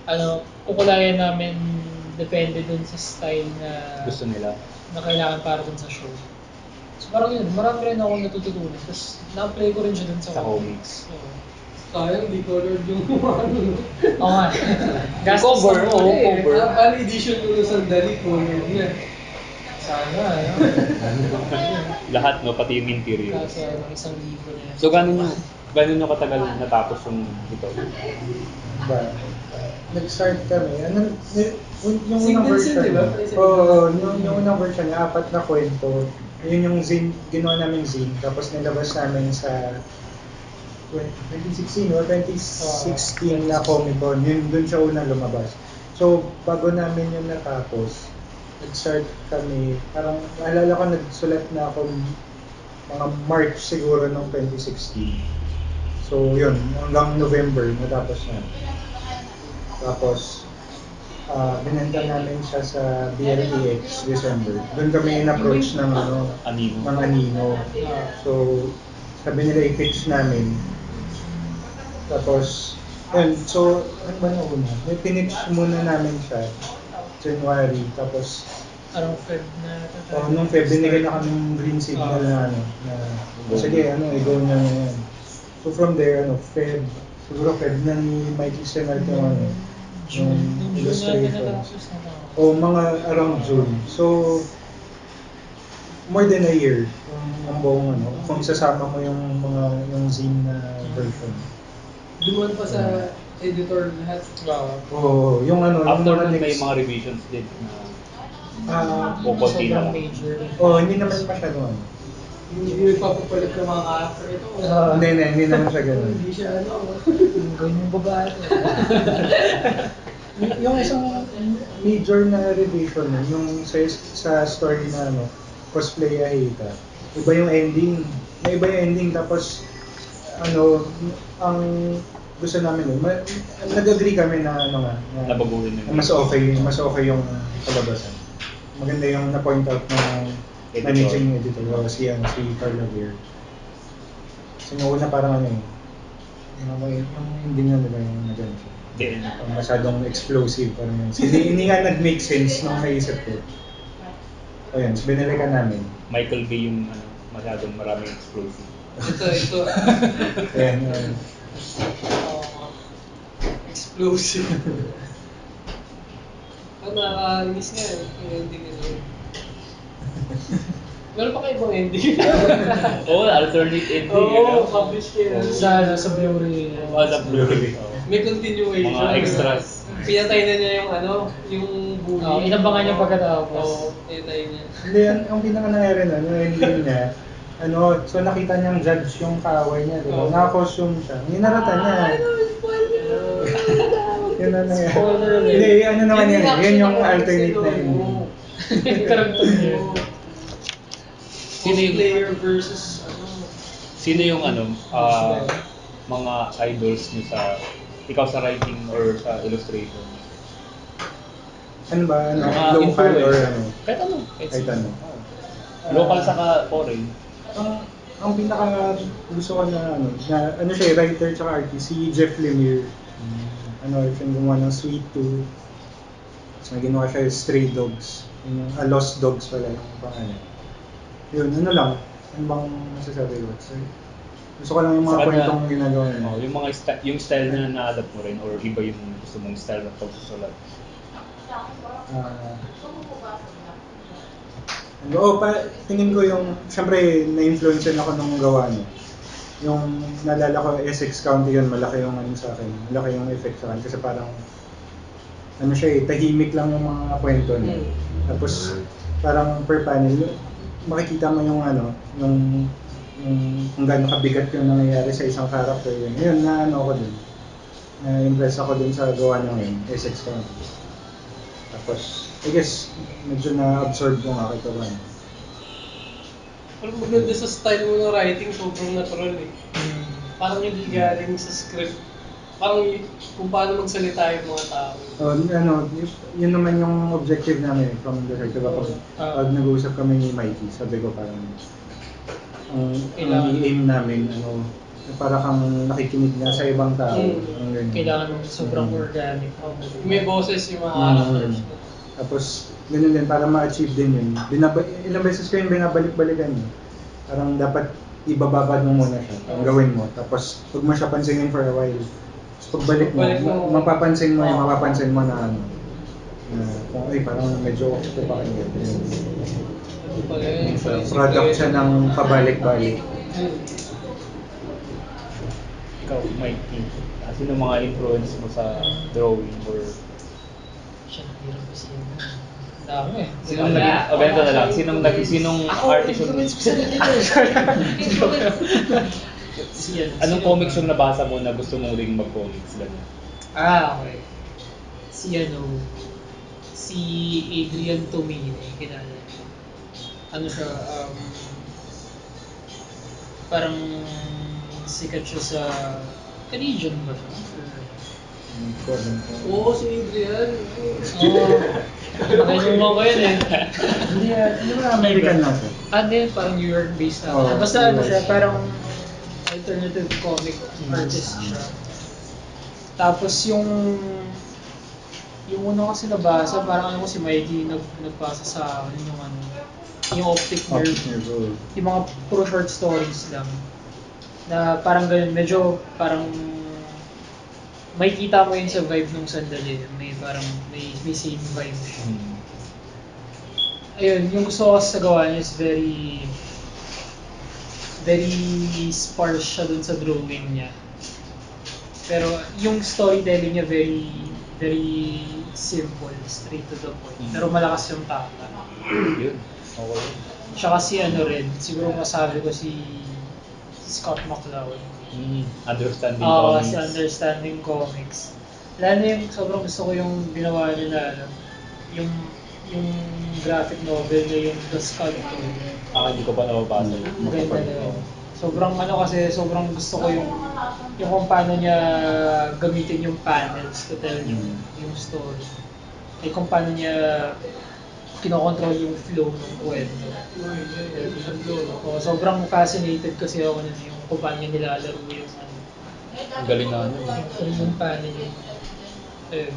Speaker 4: ano, kukulayan namin depende dun sa style na
Speaker 1: Gusto nila.
Speaker 4: na kailangan para dun sa show. So parang yun, marami rin akong natututunan. Tapos na-apply ko rin siya dun sa,
Speaker 1: Sa comics.
Speaker 4: Oo.
Speaker 2: Sayang, di colored yung ano.
Speaker 4: Oo nga. Gastos ng
Speaker 5: cover, oo,
Speaker 4: ano eh.
Speaker 5: cover.
Speaker 2: Ah, pala edition mo ng sandali, colored niya.
Speaker 4: Sana, ano.
Speaker 1: Lahat, no? Pati yung interior.
Speaker 4: Kaso, ano, isang libo na yan.
Speaker 1: So, gano'n nyo, gano'n nyo katagal natapos yung ito?
Speaker 3: Ba? Nag-start kami. Ano, ni- yung- yung unang
Speaker 2: Singles
Speaker 3: version,
Speaker 2: yun, di ba?
Speaker 3: Oo, oh, yung, yung unang version niya, apat na kwento. Yun yung zine, ginawa namin zine, tapos nilabas namin sa 2016 or 2016 na Comic Con. Yun, dun siya unang lumabas. So, bago namin yung natapos, nag-start kami, parang, naalala ko, nagsulat na ako mga March siguro ng 2016. So, yun, hanggang November, natapos na. Tapos, ah binenta namin siya sa BLPH December. Doon kami in-approach ng ano,
Speaker 1: Animo.
Speaker 3: ng anino. So, sabi nila i-pitch namin. Tapos, and so, ano ba nauna? May pinitch muna namin siya. January. Tapos,
Speaker 4: Parang Feb na ito.
Speaker 3: Oh, nung Feb, binigyan na kami ng green signal na ano. Na, sige, ano, i-go na na yan. So from there, ano, Feb, siguro Feb na ni Mikey Senart yung ano, yung
Speaker 4: June, June natin
Speaker 3: illustrations.
Speaker 4: natapos na ito.
Speaker 3: O mga around June. So, more than a year ang- ang buong ano, kung isasama mo yung mga yung zine na version.
Speaker 2: Duman pa sa editor lahat. Wow.
Speaker 3: Oo, yung ano, yung
Speaker 1: After
Speaker 3: mga
Speaker 1: nun, may
Speaker 3: next-
Speaker 1: mga revisions din na
Speaker 3: Ah,
Speaker 1: O, konti na lang.
Speaker 4: Sobrang major.
Speaker 3: oo, hindi naman masyado ano.
Speaker 2: Hindi yung papapalit ng mga character ito.
Speaker 4: Ah.
Speaker 3: Hindi, hindi, hindi naman siya ganun.
Speaker 2: Hindi siya ano.
Speaker 4: Ang ganyan babae.
Speaker 3: Y- yung isang major na revision nun, yung sa, sa story na ano, cosplay Ahita, iba yung ending. May iba yung ending tapos ano, ang gusto namin nun, ma- nag-agree kami na ano nga, na,
Speaker 1: nabaguhin nila.
Speaker 3: na mas okay, mas okay yung kalabasan. Maganda yung na-point out ng
Speaker 1: Editor.
Speaker 3: managing editor, o si, ano, si Carlo Weir. Kasi nung una parang ano eh, yung, yung ending na nila yung nagano siya
Speaker 1: Then,
Speaker 3: parang masyadong explosive parang yun. Hindi, hindi nga nag-make sense nung naisip ko. Ayun, so binalikan namin.
Speaker 1: Michael Bay yung ano, masyadong maraming explosive.
Speaker 2: Ito, ito.
Speaker 3: Ayan, ayun.
Speaker 2: Oh, explosive. Ano, nakakamiss nga eh, yung ending nila. Meron pa kayo ibang ending?
Speaker 1: Oo, oh, alternate ending.
Speaker 2: Oo,
Speaker 1: ano?
Speaker 2: publish kayo.
Speaker 4: Sa, ano, sa Blu-ray.
Speaker 1: Oh, sa Blu-ray. Oo.
Speaker 2: May continuation.
Speaker 1: Mga extras.
Speaker 2: Pinatay na niya yung ano, yung bully.
Speaker 4: Oo, inabangan niya pagkatapos.
Speaker 2: Oo, pinatay niya.
Speaker 3: Hindi, ang, ang pinaka nangyari na, yung ending niya, ano, so nakita niyang judge yung kaaway niya, di ba?
Speaker 2: Oo.
Speaker 3: Naka-costume siya. Ninarata niya. Yun ang nangyari.
Speaker 4: Spoiler alert.
Speaker 3: Hindi, ano naman
Speaker 2: Hindi
Speaker 3: yan. eh. Yun
Speaker 2: actually
Speaker 3: yung
Speaker 2: nangyari
Speaker 3: alternate
Speaker 2: kasi
Speaker 3: na yun.
Speaker 2: noon.
Speaker 4: (laughs) Karantong niya.
Speaker 1: Sino yung-
Speaker 2: Player versus ano.
Speaker 1: Sino yung ano, ah, mga idols niyo sa, ikaw sa writing or sa illustration?
Speaker 3: Ano ba? Ano,
Speaker 1: Mga
Speaker 3: local or
Speaker 1: influence.
Speaker 3: ano?
Speaker 1: Kahit ano. kahit
Speaker 3: Kahit
Speaker 1: sino.
Speaker 3: ano.
Speaker 1: Oo. Local saka foreign.
Speaker 3: Ang, ang pinaka gusto ko na ano, na, ano siya, eh, writer tsaka artist, si Jeff Lemire. ano, if yung gumawa ng Sweet Tooth. Tapos may ginawa siya yung Stray Dogs. Yung, ah, Lost Dogs pala yung pangalan. Yun, ano lang. Ano bang masasabi ko? So, gusto ko lang yung mga
Speaker 1: Saka na-
Speaker 3: kwentong ginagawa niya.
Speaker 1: Oo, Ano, yung mga sta- yung style na na-adapt mo rin or iba yung gusto mong style ng pagsusulat.
Speaker 3: Ah, ano, oh, pa, tingin ko yung, syempre, na-influence ako nung gawa niya. Yung, naalala ko, Essex County yun, malaki yung ano sa akin, malaki yung effect sa akin. Kasi parang, ano siya eh, tahimik lang yung mga kwento niya.
Speaker 2: Mm.
Speaker 3: Tapos, parang per panel, makikita mo yung ano, yung, yung kung gaano kabigat yung nangyayari sa isang character yun. Yun, na ano ko dun. Na-impress ako dun sa gawa niya ngayon, Essex County. Tapos, I guess, medyo na-absorb yung aking kawan.
Speaker 2: Parang maganda sa style mo ng writing, sobrang natural eh. Parang hindi galing sa script. Parang y- kung paano magsalita yung mga tao.
Speaker 3: So, ano, yun naman yung objective namin from the start. Diba, pag,
Speaker 4: Oh, ah.
Speaker 3: pag nag-uusap kami ni Mikey, sabi ko parang, um, ang, ang
Speaker 4: Kailangan-
Speaker 3: aim namin, ano, na para kang nakikinig na sa ibang tao.
Speaker 2: Mm.
Speaker 3: Ang ganyan.
Speaker 4: Hmm. Kailangan mo sobrang
Speaker 3: Mm.
Speaker 4: organic.
Speaker 2: May boses yung mga
Speaker 3: Mm.
Speaker 2: characters.
Speaker 3: Tapos, ganun din, para ma-achieve din yun. Binaba- ilang beses ko yung binabalik-balikan yun. Parang dapat ibababad mo muna siya. Ang gawin mo. Tapos, huwag mo siya pansinin for a while. Tapos, pagbalik mo,
Speaker 2: Pagbalik mo.
Speaker 3: ma- mapapansin mo yung
Speaker 2: Oo.
Speaker 3: mapapansin mo na ano. Na, kung, ay, parang medyo okay pa kayo.
Speaker 2: Ano pala yun?
Speaker 3: Product siya ng pabalik-balik.
Speaker 2: Mm.
Speaker 1: Ikaw, Mikey, ah, sino mga influence mo sa drawing or
Speaker 4: Siya, hirap kasi yun. Ang Dami eh.
Speaker 1: Sinong nag oh, ganito na lang. Sinong nag sinong artist yung
Speaker 4: eh.
Speaker 1: (laughs)
Speaker 4: Siya.
Speaker 1: anong comics yung nabasa mo na gusto mong ring mag-comics ganun?
Speaker 4: Ah, okay. Si ano, si Adrian Tomine, eh, kilala niyo. Ano siya, um, parang sikat siya sa Canadian ba siya? Or-
Speaker 3: Hindi ko alam kung-
Speaker 2: Oo, si Adrian.
Speaker 4: Oo. Nakalimutan ko yun eh.
Speaker 3: Hindi, ah, di ba American lang po?
Speaker 4: Ah, di, parang New York-based na.
Speaker 3: Oo,
Speaker 4: Basta
Speaker 3: Oh,
Speaker 4: ano
Speaker 3: New
Speaker 4: siya,
Speaker 3: York. Mm-hmm.
Speaker 4: parang alternative comic artist siya. Tapos yung... Yung una kasi nabasa, parang ano ko si Mikey nag, nagbasa sa akin yung ano, yung Optic Nerve.
Speaker 3: Optic nerve, oo.
Speaker 4: Yung mga puro short stories lang. Na parang ganun, medyo parang may kita mo yun sa vibe nung sandali. May parang, may, may same vibe siya ayun, yung gusto ko sa gawa niya is very very sparse siya dun sa drawing niya. Pero yung storytelling niya very very simple, straight to the point. Pero malakas yung tata.
Speaker 1: Yun.
Speaker 3: Okay.
Speaker 4: Siya kasi ano rin, siguro masabi ko si, si Scott McLeod.
Speaker 1: Mm, understanding
Speaker 4: Oo,
Speaker 1: comics.
Speaker 4: si Understanding Comics. Lalo na yung sobrang gusto ko yung ginawa nila, ano, yung yung graphic novel na yung The Sculptor.
Speaker 1: Ah, hindi ko pa nababasa yun.
Speaker 4: Ang ganda
Speaker 3: Makapag-
Speaker 4: na yun. Sobrang ano kasi, sobrang gusto ko yung yung kung paano niya gamitin yung panels to tell yung,
Speaker 1: Mm.
Speaker 4: yung story. Ay kung paano niya kinokontrol yung flow ng kwento. So, sobrang fascinated kasi ako nun yung kung paano niya nilalaro yung ano,
Speaker 1: Ang galing na ano. eh.
Speaker 4: yung, yung panel yung ayun.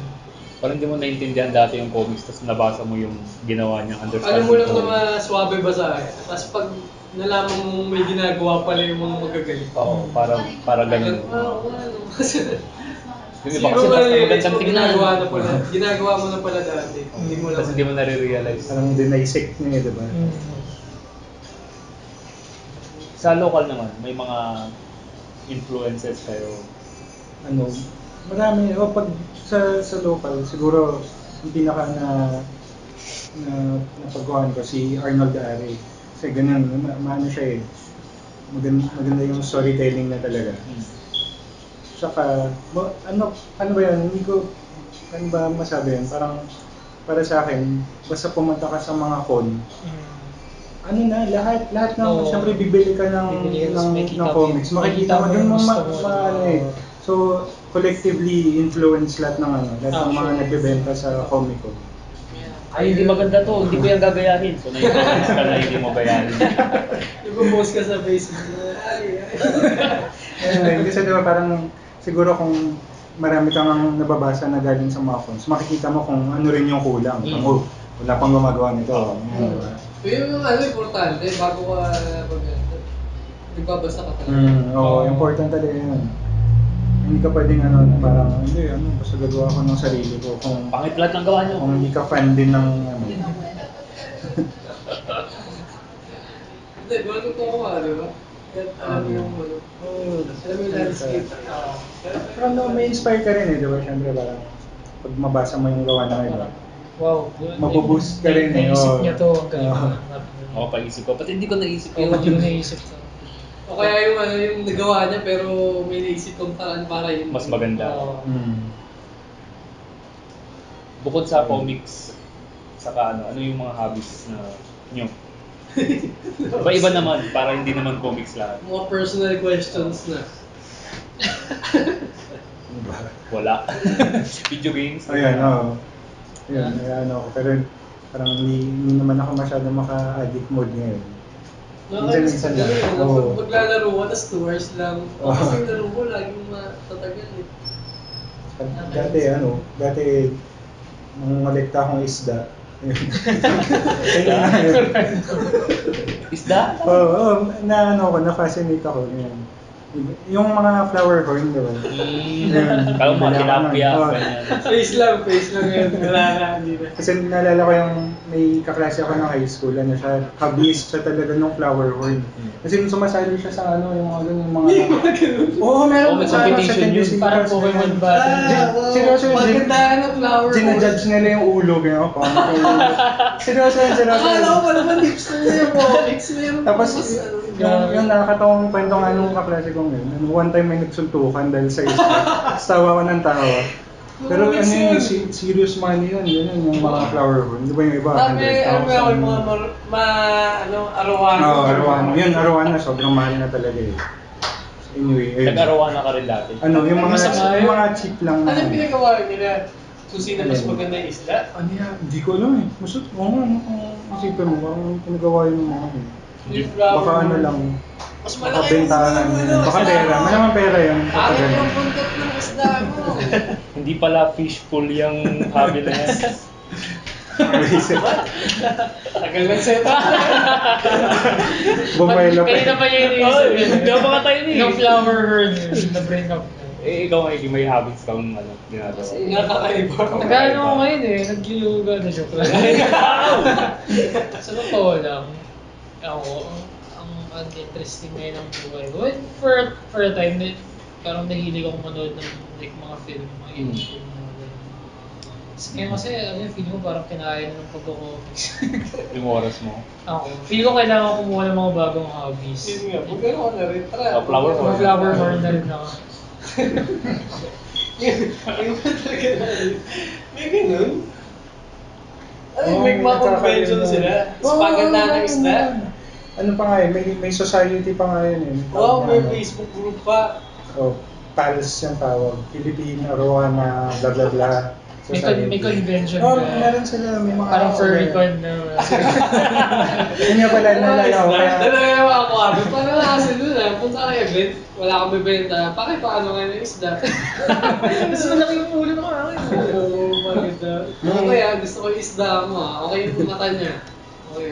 Speaker 1: Parang hindi mo naintindihan dati yung comics, tapos nabasa mo yung ginawa niyang
Speaker 2: Alam
Speaker 1: understanding.
Speaker 2: mo lang na
Speaker 1: comics.
Speaker 2: maswabe ba sa akin. Tapos pag nalaman mong may ginagawa pala yung mga magagaling.
Speaker 1: Oo, parang, parang ganun.
Speaker 2: Ah, ano.
Speaker 1: Yung iba kasi
Speaker 2: Siguro nga
Speaker 1: mas
Speaker 2: yun,
Speaker 1: magandang tingnan.
Speaker 2: ginagawa na pala. Ginagawa mo na pala dati. Hindi mo lang.
Speaker 1: Tapos hindi mo nare-realize.
Speaker 3: Parang dinaisect niya, eh, di ba?
Speaker 2: Hmm.
Speaker 4: Mm.
Speaker 1: Sa local naman, may mga influences pero
Speaker 3: ano, marami, o pag sa, sa local, siguro yung pinaka na, na napagawan ko, si Arnold Ari. Kasi ganun, ma- maano siya eh. Maganda, maganda yung storytelling na talaga. Tsaka, ma- ano, ano ba yun, hindi ko, ano ba masabi yun, parang para sa akin, basta pumunta ka sa mga con, ano na, lahat, lahat ng,
Speaker 4: Oo.
Speaker 3: siyempre bibili ka ng,
Speaker 4: Bibili ka,
Speaker 3: ng, ng
Speaker 4: makikita mo
Speaker 3: comics. Makikita
Speaker 4: yun.
Speaker 3: mo
Speaker 4: Makikita mo
Speaker 3: dun
Speaker 4: yung
Speaker 3: mga,
Speaker 4: gusto mo.
Speaker 3: mga ano eh. So, collectively influence lahat ng ano, lahat ng mga
Speaker 4: Actually.
Speaker 3: nagbebenta sa Comic
Speaker 4: (laughs)
Speaker 3: Con.
Speaker 1: ay hindi maganda to, hindi ko yung gagayahin. So na-influence ka na
Speaker 2: (laughs)
Speaker 1: hindi mo gayahin.
Speaker 2: Nagpo-post ka sa Facebook na, ay, ay.
Speaker 3: Anyway, kasi diba parang siguro kung marami kang ang nababasa na galing sa mga cons, makikita mo kung ano rin yung kulang.
Speaker 1: Mm.
Speaker 3: Kung, oh, wala pang gumagawa nito.
Speaker 4: Mm.
Speaker 3: Ano ba?
Speaker 2: Pero yung mga ano, importante, bago ka pag nagbabasa ka talaga.
Speaker 3: Mm, oo, important talaga yun. Hindi ka pwedeng ano, na parang, hindi, ano, basta gagawa ko ng sarili ko. Kung,
Speaker 1: Pangit lahat ng gawa niyo.
Speaker 3: kung hindi ka fan din ng ano.
Speaker 2: Hindi, wala ko ko ano, ba? That,
Speaker 3: Ah,
Speaker 2: alam mo yung ano, alam mo yung landscape. Oo.
Speaker 3: Pero no, may inspire ka rin eh, di ba? Siyempre parang pag mabasa mo yung gawa ng iba.
Speaker 4: Wow.
Speaker 3: Maboboost ka rin
Speaker 1: oh.
Speaker 3: eh,
Speaker 4: Naisip
Speaker 3: oo.
Speaker 4: niya to. Ang galing.
Speaker 3: Oo.
Speaker 1: Ako pag-isip ko, pati hindi ko naisip
Speaker 4: Ayun,
Speaker 1: yun.
Speaker 4: hindi ko naisip to.
Speaker 2: O kaya yung ano, yung nagawa niya pero may naisip kong paraan para yun.
Speaker 1: Mas maganda.
Speaker 4: Oo.
Speaker 3: Mm.
Speaker 1: Bukod sa comics, saka ano, ano yung mga hobbies na
Speaker 2: (laughs)
Speaker 1: niyo? Iba-iba naman, para hindi naman comics lahat.
Speaker 2: Mga personal questions na.
Speaker 3: Ano ba?
Speaker 6: (laughs)
Speaker 1: Wala. Video games.
Speaker 3: Ayun, oo. Ayun, yeah. ano ako. Pero parang hindi, hindi naman ako masyado maka-addict mode ngayon. Minsan-minsan
Speaker 2: Nakakainis
Speaker 3: lang.
Speaker 2: lang. Ano,
Speaker 3: Oo.
Speaker 2: pag maglalaro ka, tas two hours lang.
Speaker 3: Oo.
Speaker 2: Kasi yung laro mo, laging matatagal eh.
Speaker 3: Pag- Dati ano, dati nung malekta akong isda. Ayun.
Speaker 1: Isda?
Speaker 3: Oo, oh, na ano ako, na-fascinate ako. Ayun. Yung mga flower horn, di ba?
Speaker 1: Mm. Kala mo mga tilapia.
Speaker 3: Oo.
Speaker 1: ganyan.
Speaker 2: Face lang, face lang yun. Wala na, hindi na.
Speaker 3: Kasi naalala ko yung may kaklase ako ng high school, ano siya, hobbyist siya talaga ng flower horn. Kasi nung sumasali siya sa ano, yung mga ganun, Mm. yung mga... Oo,
Speaker 1: Oh,
Speaker 3: meron
Speaker 1: may
Speaker 3: sa ano,
Speaker 1: competition
Speaker 3: secondary
Speaker 1: yun.
Speaker 3: school
Speaker 4: Parang
Speaker 3: class
Speaker 4: Pokemon
Speaker 3: na yan.
Speaker 4: Battle.
Speaker 3: Gen- Ah, Seryoso yun, Gen-
Speaker 2: Pagkandahan ng flower.
Speaker 3: Ginajudge nila yung ulo, kaya ako. Seryoso yun, seryoso yun.
Speaker 2: Akala ko pala ba hipster na
Speaker 3: (laughs)
Speaker 2: yung comics na yun.
Speaker 3: Tapos,
Speaker 2: Mas, ano,
Speaker 3: yung, yung nakakatawang kwento nga nung kaklase kong yun, ano, one time may nagsuntukan dahil sa isa. Tapos tawa ko ng tawa. Pero ano
Speaker 2: Comics
Speaker 3: yun,
Speaker 2: yun.
Speaker 3: si- serious money yun, yun yun, yung mga flower horn. Di ba yung iba?
Speaker 2: Dami,
Speaker 4: eh,
Speaker 2: ano ba ako
Speaker 3: 100,000.
Speaker 2: yung mga mar- ma, ano, arawano.
Speaker 3: Oo, oh, Aruano. Yun, Aruano. Sobrang mahal na talaga eh. Anyway, ayun.
Speaker 6: Nag-arawana ka rin dati.
Speaker 3: Ano, yung mga,
Speaker 2: Masama yun.
Speaker 3: yung mga cheap lang.
Speaker 2: Ano
Speaker 3: na-
Speaker 2: yung pinagawa nila? Kung sino mas maganda yung isda?
Speaker 3: Ano yan? Hindi ko alam eh. Masut, oo nga, ano kung isipin mo, parang pinagawa yun ng mga yun.
Speaker 2: Yung
Speaker 3: Baka
Speaker 2: flower.
Speaker 3: ano lang,
Speaker 2: Mas
Speaker 3: baka
Speaker 2: malaki yung
Speaker 3: bentahan
Speaker 2: ulo
Speaker 3: yun.
Speaker 2: ng
Speaker 3: Baka
Speaker 2: isda
Speaker 3: pera,
Speaker 2: mo. Ah,
Speaker 3: may naman pera yun. Baka
Speaker 2: Akin
Speaker 3: ganun.
Speaker 2: (laughs) yung buntot ng isda
Speaker 4: (laughs)
Speaker 2: mo.
Speaker 6: Hindi pala fishful yung hobby na yan.
Speaker 3: Isip.
Speaker 2: Tagal ng seta.
Speaker 3: Bumailo pa.
Speaker 4: Kanina pa niya yung
Speaker 6: Oo,
Speaker 4: iniisip.
Speaker 6: hindi ako makatayo na eh.
Speaker 4: Yung flower herd, na-bring up.
Speaker 6: Eh, ikaw ay may habits kang ano, ginagawa.
Speaker 4: Kasi-
Speaker 2: Nakakaiba.
Speaker 4: Nagano ko ngayon eh, nag-yoga na joke lang. (laughs) Sa totoo lang, ako, ang, ang interesting ngayon ng buhay ko. And for, for a time, eh, parang nahilig akong manood ng like, mga film, mga
Speaker 3: Hmm.
Speaker 6: Mm.
Speaker 4: YouTube, mga ganun. Kasi ngayon kasi, ano yung feeling ko parang kinaya na ng pagkakomics.
Speaker 6: Yung oras mo.
Speaker 4: ako, feeling ko kailangan kumuha ng mga bagong hobbies.
Speaker 2: Yun nga, kung gano'n ka na rin, tara.
Speaker 6: Oh, flower horn.
Speaker 4: Mga flower horn na rin ako.
Speaker 2: Ayun ba talaga na yun? May ganun? Ay,
Speaker 3: Oo,
Speaker 2: may mga
Speaker 3: tsaka
Speaker 2: convention
Speaker 3: yun.
Speaker 2: sila. Mas
Speaker 3: Oo,
Speaker 2: paganda ng
Speaker 3: oo,
Speaker 2: isda.
Speaker 3: oo. Ano pa nga eh, may, may society pa nga yun eh.
Speaker 2: Wow, Oh, may
Speaker 3: Ano,
Speaker 2: Facebook group pa.
Speaker 3: Oh, PALS yung tawag. Philippine, Arowana, bla bla bla.
Speaker 4: May, con- may convention
Speaker 3: Oh,
Speaker 4: na-
Speaker 3: meron sila, may mga...
Speaker 4: Parang furry con na.
Speaker 3: Yun nga
Speaker 4: (laughs)
Speaker 3: pala, nalala ko. kaya-
Speaker 2: Nalalawa ako abi. Paano na kasi doon ah. Punta ka event, wala kang bibenta. Pakipaano nga ng isda.
Speaker 6: (laughs)
Speaker 4: Mas malaki yung ulo mo ah.
Speaker 6: Oh
Speaker 2: Oo, maganda. Ano kaya? Gusto ko yung isda mo ah. Okay yung mata niya. Okay.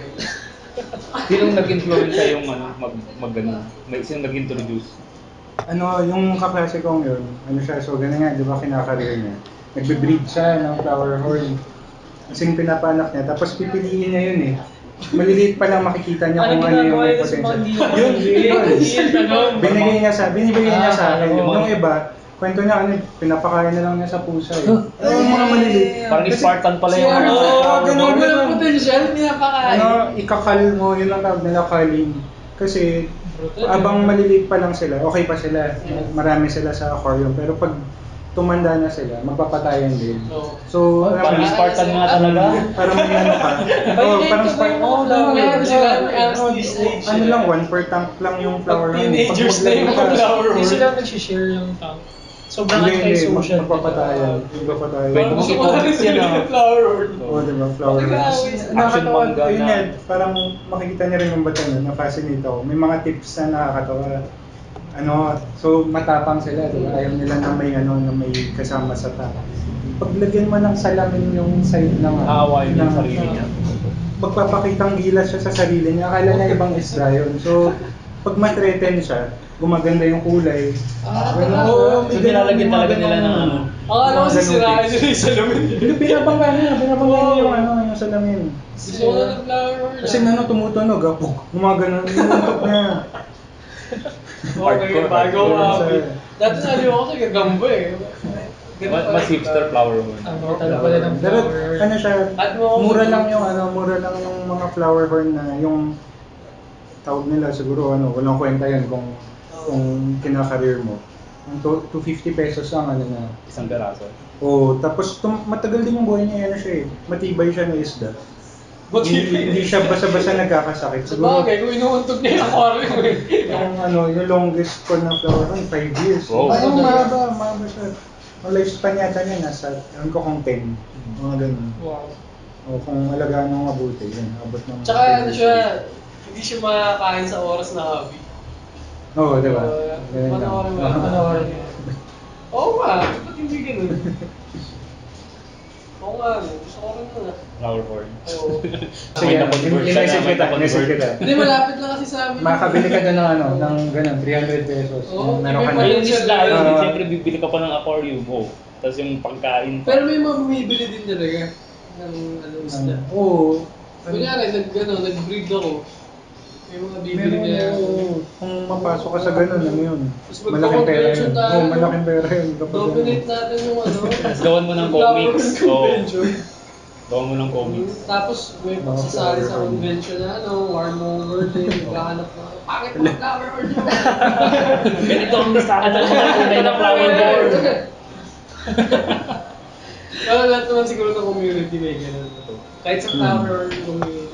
Speaker 6: Sinong nag-influence sa'yo yung ano, mag, mag ano, may sinong nag-introduce?
Speaker 3: Ano, yung kaklase kong yun, ano siya, so ganun nga, di ba kinakarir niya. Nagbe-breed siya ng flower horn. Kasi yung pinapanak niya, tapos pipiliin niya yun eh. Maliliit pa lang makikita niya
Speaker 4: Ano
Speaker 3: kung ano yung
Speaker 4: ginagawa
Speaker 3: may
Speaker 4: yun sa mga
Speaker 3: potential.
Speaker 4: hindi ano?
Speaker 3: Yun,
Speaker 4: (laughs)
Speaker 3: yun.
Speaker 4: Yung tanong.
Speaker 3: Binigay niya sa, binibigay niya
Speaker 4: Ah,
Speaker 3: sa akin.
Speaker 4: alam mo.
Speaker 3: Nung iba, kwento niya, ano, pinapakain na lang niya sa pusa eh. Yung mga maliliit.
Speaker 6: Parang
Speaker 3: Kasi-
Speaker 6: Spartan pala yung
Speaker 3: Spartan.
Speaker 6: ano.
Speaker 2: Oo, ganun.
Speaker 3: ganun.
Speaker 2: Walang potential, pinapakain.
Speaker 3: Ano, ikakal mo, yun ang tawag nila, culling. Kasi,
Speaker 4: Brutal.
Speaker 2: Ah,
Speaker 3: abang maliliit pa lang sila, okay pa sila. Marami sila sa aquarium. Pero pag tumanda na sila, magpapatayan din.
Speaker 2: So,
Speaker 3: So, alam
Speaker 6: Parang
Speaker 3: mo,
Speaker 6: Spartan nga talaga.
Speaker 3: parang may ano ka. Oo, Oh, parang spark.
Speaker 4: Oo,
Speaker 2: Ano
Speaker 4: dami.
Speaker 2: meron sila?
Speaker 4: Ano,
Speaker 3: Ano lang, one per tank lang yung flower
Speaker 2: Pag
Speaker 3: nun.
Speaker 2: teenagers na yung
Speaker 3: maglagay ka-
Speaker 2: flower
Speaker 4: Hindi
Speaker 2: horn.
Speaker 4: sila nagsishare yung tank. Sobrang
Speaker 3: Hindi, hindi,
Speaker 4: anti-social.
Speaker 3: magpapatayan. Magpapatayan.
Speaker 6: Pwede
Speaker 2: Parang
Speaker 6: mo
Speaker 2: gusto ko na rin
Speaker 6: i-focus yan,
Speaker 2: sila
Speaker 6: ah.
Speaker 2: yung flower horn.
Speaker 3: Oo, di ba? Flower.
Speaker 2: Nakakawis.
Speaker 6: Action
Speaker 3: Nakakatawa.
Speaker 6: manga
Speaker 3: Yun
Speaker 6: na.
Speaker 3: yan, parang makikita niya rin yung bata na, na-fascinate ako. May mga tips na nakakatawa. Ano, so matapang sila, di ba? Ayaw nila na may ano, na may kasama sa tao. Paglagyan mo ng salamin yung side ng ano,
Speaker 6: Aaway niya
Speaker 3: ng-
Speaker 6: yung sarili niya.
Speaker 3: magpapakitang gila siya sa sarili niya. Akala niya ibang isda yun. So, pag ma-threaten siya, gumaganda yung kulay.
Speaker 2: Ah,
Speaker 3: Ganun.
Speaker 2: talaga?
Speaker 3: Oo, may
Speaker 6: So
Speaker 3: ganun,
Speaker 6: nilalagyan
Speaker 3: mga
Speaker 6: talaga nila
Speaker 3: ganun.
Speaker 6: ng ano.
Speaker 2: Akala
Speaker 3: Mga
Speaker 2: ko
Speaker 3: ganun
Speaker 2: sisiraan
Speaker 3: tips.
Speaker 2: nila yung salamin.
Speaker 3: Pinabangga niya, pinabangga niya yung ano, yung salamin.
Speaker 2: Gusto ko na ng flower horn.
Speaker 3: Kasi ano, tumutunog, apog, gumagano, tumutok
Speaker 2: (laughs)
Speaker 3: niya.
Speaker 2: Okay, bago
Speaker 6: hardcore.
Speaker 2: ah, Dati naliw ako sa gagambo eh. Ganun
Speaker 6: Mas,
Speaker 2: pala.
Speaker 6: mas hipster flower mo.
Speaker 4: Ang brutal pala ng
Speaker 3: Pero
Speaker 4: flower.
Speaker 3: ano siya,
Speaker 2: At mo-
Speaker 3: mura lang yung ano, mura lang yung mga flower horn na yung tawag nila siguro ano, walang kwenta yun kung kung kinakareer mo. Ang to- 250 pesos ang ano na.
Speaker 6: Isang peraso.
Speaker 3: Oh, tapos tum- matagal din yung buhay niya, ano siya eh, matibay siya na isda.
Speaker 2: Buti.
Speaker 3: Hindi, hindi siya basta-basta nagkakasakit.
Speaker 2: Sa
Speaker 3: Siguro,
Speaker 2: bagay, kung inuuntog niya yung aquarium eh.
Speaker 3: yung ano, yung longest ko ng flower room, 5 years.
Speaker 6: Wow.
Speaker 3: Ay, yung mahaba, mahaba siya. Ang lifespan yata niya, nasa, ano ko kung 10. Mga ganun.
Speaker 4: Wow.
Speaker 3: O kung alagaan mo mabuti, yun, abot ng...
Speaker 2: Tsaka
Speaker 3: five
Speaker 2: ano
Speaker 3: years.
Speaker 2: siya, hindi siya makakain sa oras na hobby.
Speaker 3: Oo, di ba?
Speaker 2: Uh,
Speaker 3: Ganun lang.
Speaker 2: panoorin mo.
Speaker 3: Oo.
Speaker 4: Panoorin mo.
Speaker 2: Oo nga, ba't hindi ganun? Oo nga, no, gusto ko rin nun ah.
Speaker 6: Flower horn.
Speaker 2: Oo.
Speaker 3: So, yan, in- in-message kita, in-message kita.
Speaker 2: Hindi, malapit lang kasi sa amin.
Speaker 3: ah. Makakabili ka doon ng ano, ng ganun, 300 pesos.
Speaker 2: Oo,
Speaker 3: Yung meron ka
Speaker 2: may
Speaker 3: na.
Speaker 2: mali-
Speaker 6: Ayun isla yun.
Speaker 3: Ah.
Speaker 6: Siyempre bibili ka pa ng aquarium
Speaker 1: oh.
Speaker 6: mo. Tapos yung pagkain pa.
Speaker 2: Pero may mga bumibili din talaga ng
Speaker 3: Kan.
Speaker 2: ano, isda.
Speaker 3: Ano, Oo.
Speaker 2: Kunyari, nag, ano, nag-breed ako. May mga bibili
Speaker 3: Meron
Speaker 2: na
Speaker 3: na,
Speaker 2: yan.
Speaker 3: oo. Kung mapasok ka sa ganun, ano yun?
Speaker 2: Mas
Speaker 3: Malaking pera yun.
Speaker 2: magpa-convention tayo.
Speaker 3: Oo, malaking pera yun. kapag ganun.
Speaker 2: Dominate natin yung ano.
Speaker 1: (laughs)
Speaker 6: Gawan mo ng
Speaker 2: flower
Speaker 6: comics.
Speaker 1: oh.
Speaker 2: convention.
Speaker 6: Gawa mo ng comics.
Speaker 2: Tapos, may
Speaker 3: Mga
Speaker 2: pagsasali sa
Speaker 3: flower
Speaker 2: convention na ano, war mo over
Speaker 3: (laughs)
Speaker 2: din, maghahanap na,
Speaker 1: Ah,
Speaker 2: pangit mo flower or yun?
Speaker 6: Ganito ang listahan (laughs) ng mga tunay na flower
Speaker 2: (laughs)
Speaker 6: horn.
Speaker 2: Pero lahat naman siguro ng community may ganun. Kahit sa flower or community. May nagsusuntukan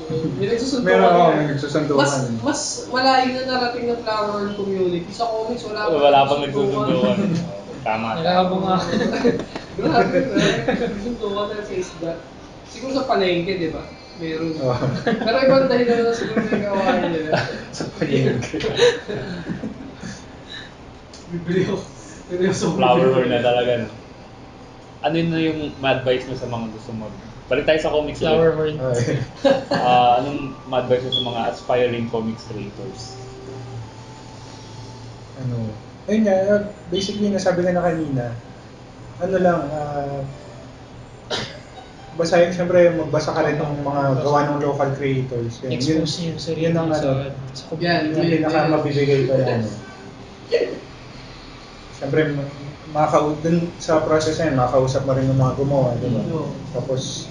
Speaker 3: Hmm. Meron ako,
Speaker 2: yan.
Speaker 3: may nagsusuntukan.
Speaker 2: Mas, mas malayo na narating na flower community. Sa comics, wala pa.
Speaker 1: Wala pang nagsusundukan. Tama.
Speaker 4: Nalabo nga.
Speaker 2: (laughs) Grabe, nagsusuntukan na sa isda. Siguro sa palengke, di ba? Meron.
Speaker 3: Oo.
Speaker 2: Pero ibang dahilan na siguro may kawain nila.
Speaker 3: (laughs) Sa palengke.
Speaker 2: (laughs) Bibili ako. Bibili ako sa
Speaker 1: Flower war na talaga. No? Ano yun na yung ma-advise mo sa mga gusto mo? Balik tayo sa comics. ulit.
Speaker 4: Flower horn.
Speaker 3: Okay.
Speaker 1: Ah, anong ma-advise mo sa mga aspiring comics creators?
Speaker 3: ano, ayun nga, uh, basically nasabi na na kanina, ano lang, ah, basahin, syempre magbasa ka rin ng mga gawa ng local creators. Yun, yun,
Speaker 4: Expose niya yung sarili
Speaker 3: yun ang
Speaker 4: mo
Speaker 3: ano,
Speaker 4: sa, sa
Speaker 2: Yan,
Speaker 3: yun ang pinakamabibigay ko na ano. Syempre, ma- makakau- dun sa process na yun, makakausap mo rin ng mga gumawa, di ba?
Speaker 2: Oo.
Speaker 3: Tapos,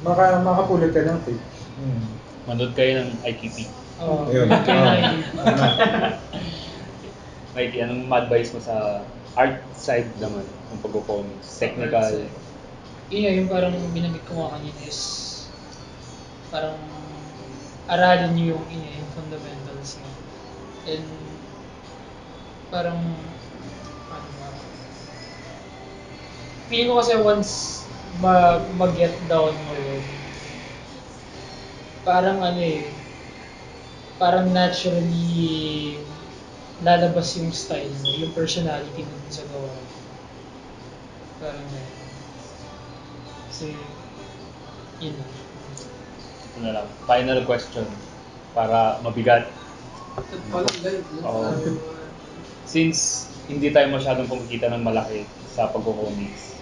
Speaker 3: maka, makapulot ka ng tips. Hmm.
Speaker 1: Manood kayo ng IKP.
Speaker 4: Oh, (laughs)
Speaker 3: Ayun. ano
Speaker 4: kaya
Speaker 3: Oo. Tama.
Speaker 1: Mikey, anong ma-advise mo sa art side naman ng pagko-comics? Technical,
Speaker 4: yun nga, yung parang binanggit ko nga kanina is parang aralin niyo yung, yun nga, yung fundamentals niyo. And parang ano ba? Feeling ko kasi once ma mag-get down mo yun, parang ano eh, parang naturally lalabas yung style mo, yung personality mo dun sa gawa mo. Parang ganun. Kasi, yun lang.
Speaker 1: ano lang, final question para mabigat.
Speaker 2: Walang ganit, no?
Speaker 1: Oo.
Speaker 2: Parang,
Speaker 1: Since hindi tayo masyadong kumikita ng malaki sa pagko-comics,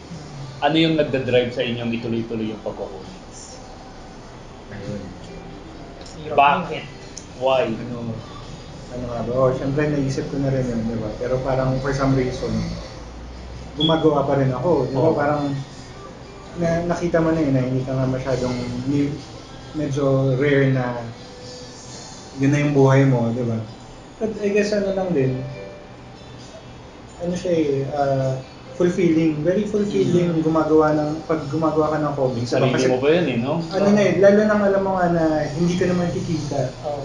Speaker 1: ano yung nagda-drive sa inyong ituloy-tuloy yung pagko-comics?
Speaker 4: Hirap eh.
Speaker 1: Bakit?
Speaker 4: yun.
Speaker 1: Why?
Speaker 3: ano, ano nga ba? Oh, syempre naisip ko na rin yun, di ba? Pero parang for some reason, gumagawa pa rin ako. Di ba?
Speaker 1: Oo.
Speaker 3: Parang na, nakita mo na yun na hindi ka nga masyadong ni, medyo rare na yun na yung buhay mo, di ba? But I guess ano lang din, ano siya eh, ah, fulfilling, very fulfilling gumagawa ng, pag gumagawa ka ng comics.
Speaker 1: Mm-hmm.
Speaker 3: Di ba?
Speaker 1: Sarili
Speaker 3: Kasi,
Speaker 1: mo ba yun eh, no?
Speaker 3: ano na eh, lalo nang alam mo nga na hindi ka naman kikita
Speaker 4: Oo.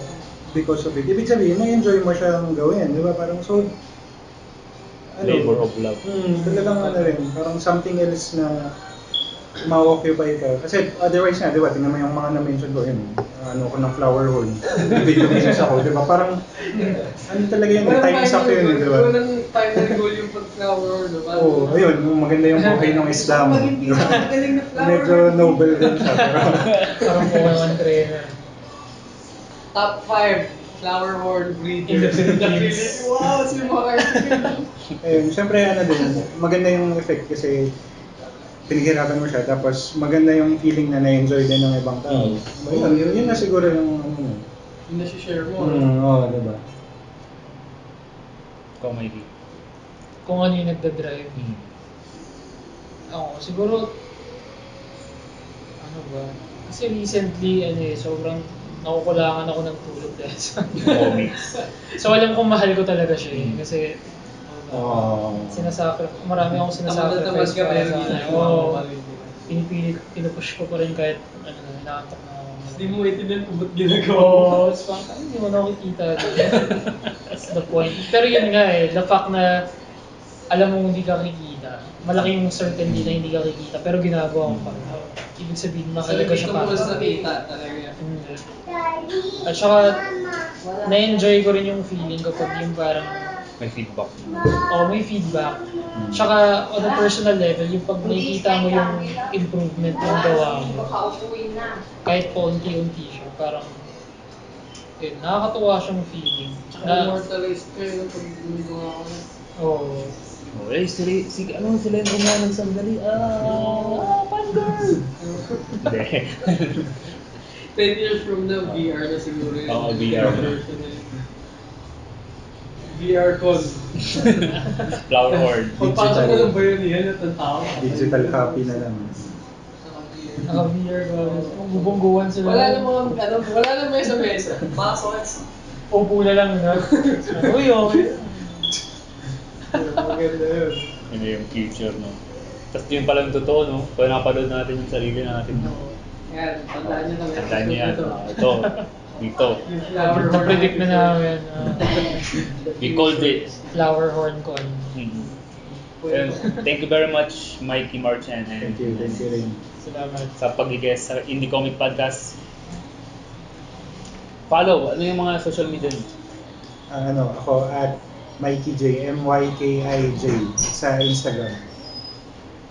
Speaker 3: because of it. Ibig sabihin, na-enjoy mo siyang gawin, di ba? Parang so, ano,
Speaker 1: Labor of love.
Speaker 3: Hmm, talagang ano rin, parang something else na ma-occupy ka. Kasi otherwise nga, di ba, tingnan mo yung mga na-mention ko, yun, ano ko ng flower horn, video business ako, di ba? Parang, ano talaga yung
Speaker 2: walang
Speaker 3: time suck
Speaker 2: final
Speaker 3: yun, eh, di ba?
Speaker 2: goal, Walang final goal yung pag-flower, di ba?
Speaker 3: Oo, oh, ayun, maganda yung buhay ng Islam.
Speaker 2: Pag hindi
Speaker 3: di ba?
Speaker 2: ako magaling na flower.
Speaker 3: Medyo noble din siya, pero
Speaker 4: Parang kung walang trainer.
Speaker 2: Top 5 flower horn breeder
Speaker 4: In the Philippines.
Speaker 2: (laughs) Wow, si Mark.
Speaker 3: Ayun, syempre ano din, maganda yung effect kasi pinaghirapan mo siya tapos maganda yung feeling na na-enjoy din ng ibang tao. Ayun, yun, yun na siguro yung ano. mo.
Speaker 2: Yung nasi-share mo.
Speaker 3: Mm, oo, diba?
Speaker 1: Comedy.
Speaker 4: Kung ano yung nagdadrive.
Speaker 1: Mm.
Speaker 4: Ako, siguro, ano ba? Kasi recently, ano eh, sobrang nakukulangan ako ng tulog dahil sa... (laughs)
Speaker 1: Comics.
Speaker 4: so, alam kong mahal ko talaga siya eh. Kasi,
Speaker 3: Oo.
Speaker 4: sinasakra, marami
Speaker 2: Tamad
Speaker 4: akong
Speaker 2: na tamad
Speaker 4: sinasacrifice
Speaker 2: ka
Speaker 4: para
Speaker 2: pero
Speaker 4: sa
Speaker 2: hindi na
Speaker 4: Oo. pinipilit, pinupush ko pa rin kahit ano, nakatak na ako.
Speaker 2: Hindi mo itinil kung ba't ginagawa mo.
Speaker 4: Oo, it's parang, "Ay, hindi mo na nakikita. That's the point. Pero yun nga eh, the fact na alam mo hindi ka kikita, malaking certainty na hindi ka kikita, pero ginagawa mo pa. Ibig sabihin, makalaga siya
Speaker 2: Nakalaga
Speaker 4: pa.
Speaker 2: mas nakita talaga.
Speaker 4: Mm. At saka, na-enjoy ko rin yung feeling kapag yung parang,
Speaker 1: May feedback.
Speaker 4: oh, may feedback. Tsaka, on a personal level, yung pag nakikita mo yung improvement ng gawa mo, kahit paunti-unti siya, parang yun, nakakatuwa siyang feeling.
Speaker 2: Tsaka
Speaker 4: Na,
Speaker 2: immortalized ka yun pag gumagawa ko.
Speaker 4: oh,
Speaker 1: Oh, eh, sila, sige, ano sila yung gumawa ng sandali? Ah, Hindi.
Speaker 2: 10 years from now, VR na siguro yun.
Speaker 1: Oo, VR.
Speaker 2: version na yun. VR con.
Speaker 1: Flower horn.
Speaker 2: Pagpasok mo ng bayanihan at ng tao.
Speaker 3: Digital copy na lang.
Speaker 2: Saka VR.
Speaker 4: naka-VR ko. Bubongguan sila.
Speaker 2: Wala namang, ano, wala namang mesa mesa. Pasok at
Speaker 4: Upo na lang. Na. (laughs) Uy, oh. okay.
Speaker 2: Maganda yun.
Speaker 1: Ano yung future, no? Tapos yun pala yung totoo, no? Kung napanood natin yung sarili natin, no?
Speaker 2: Yan, tandaan nyo na.
Speaker 1: Tandaan niyo yan. Ah, Ito, dito.
Speaker 2: Yung flower horn.
Speaker 4: Predict na namin. ah,
Speaker 1: We called it.
Speaker 4: flower horn ano. con.
Speaker 1: Mhm. And thank you very much, Mikey Marchand.
Speaker 3: Thank you, thank you rin.
Speaker 4: Salamat.
Speaker 1: Sa pag-guest sa Indie Comic Podcast. Follow, ano yung mga social media niyo?
Speaker 3: Ah, ano, ako at Mikey J, M-Y-K-I-J sa Instagram.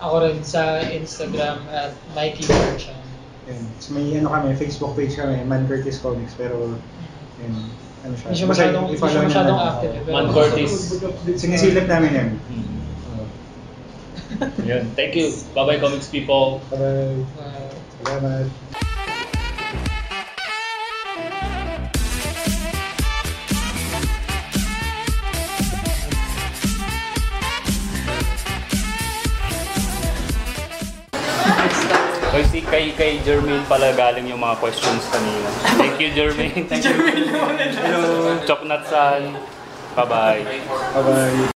Speaker 4: Ako rin sa Instagram at Mikey Marchand.
Speaker 3: Yun. So, may ano kami, Facebook page kami, Man Curtis Comics, pero yun, ano siya.
Speaker 4: Hindi
Speaker 3: Basta
Speaker 4: siya masyadong, hindi
Speaker 3: i-follow
Speaker 4: siya
Speaker 3: nyo
Speaker 4: masyadong
Speaker 3: lang.
Speaker 4: active. eh, pero-
Speaker 1: Man Curtis.
Speaker 3: Sinisilip namin yan.
Speaker 1: Mhm.
Speaker 3: Oo.
Speaker 1: Yun. Thank you. Bye-bye, comics people.
Speaker 3: Bye-bye.
Speaker 4: Ah,
Speaker 3: Salamat.
Speaker 1: Kasi kay, kay Jermaine pala galing yung mga questions kanina. Thank you,
Speaker 3: (laughs)
Speaker 1: Jermaine. Thank you. Hello. Choknatsan. Bye-bye.
Speaker 3: Bye-bye.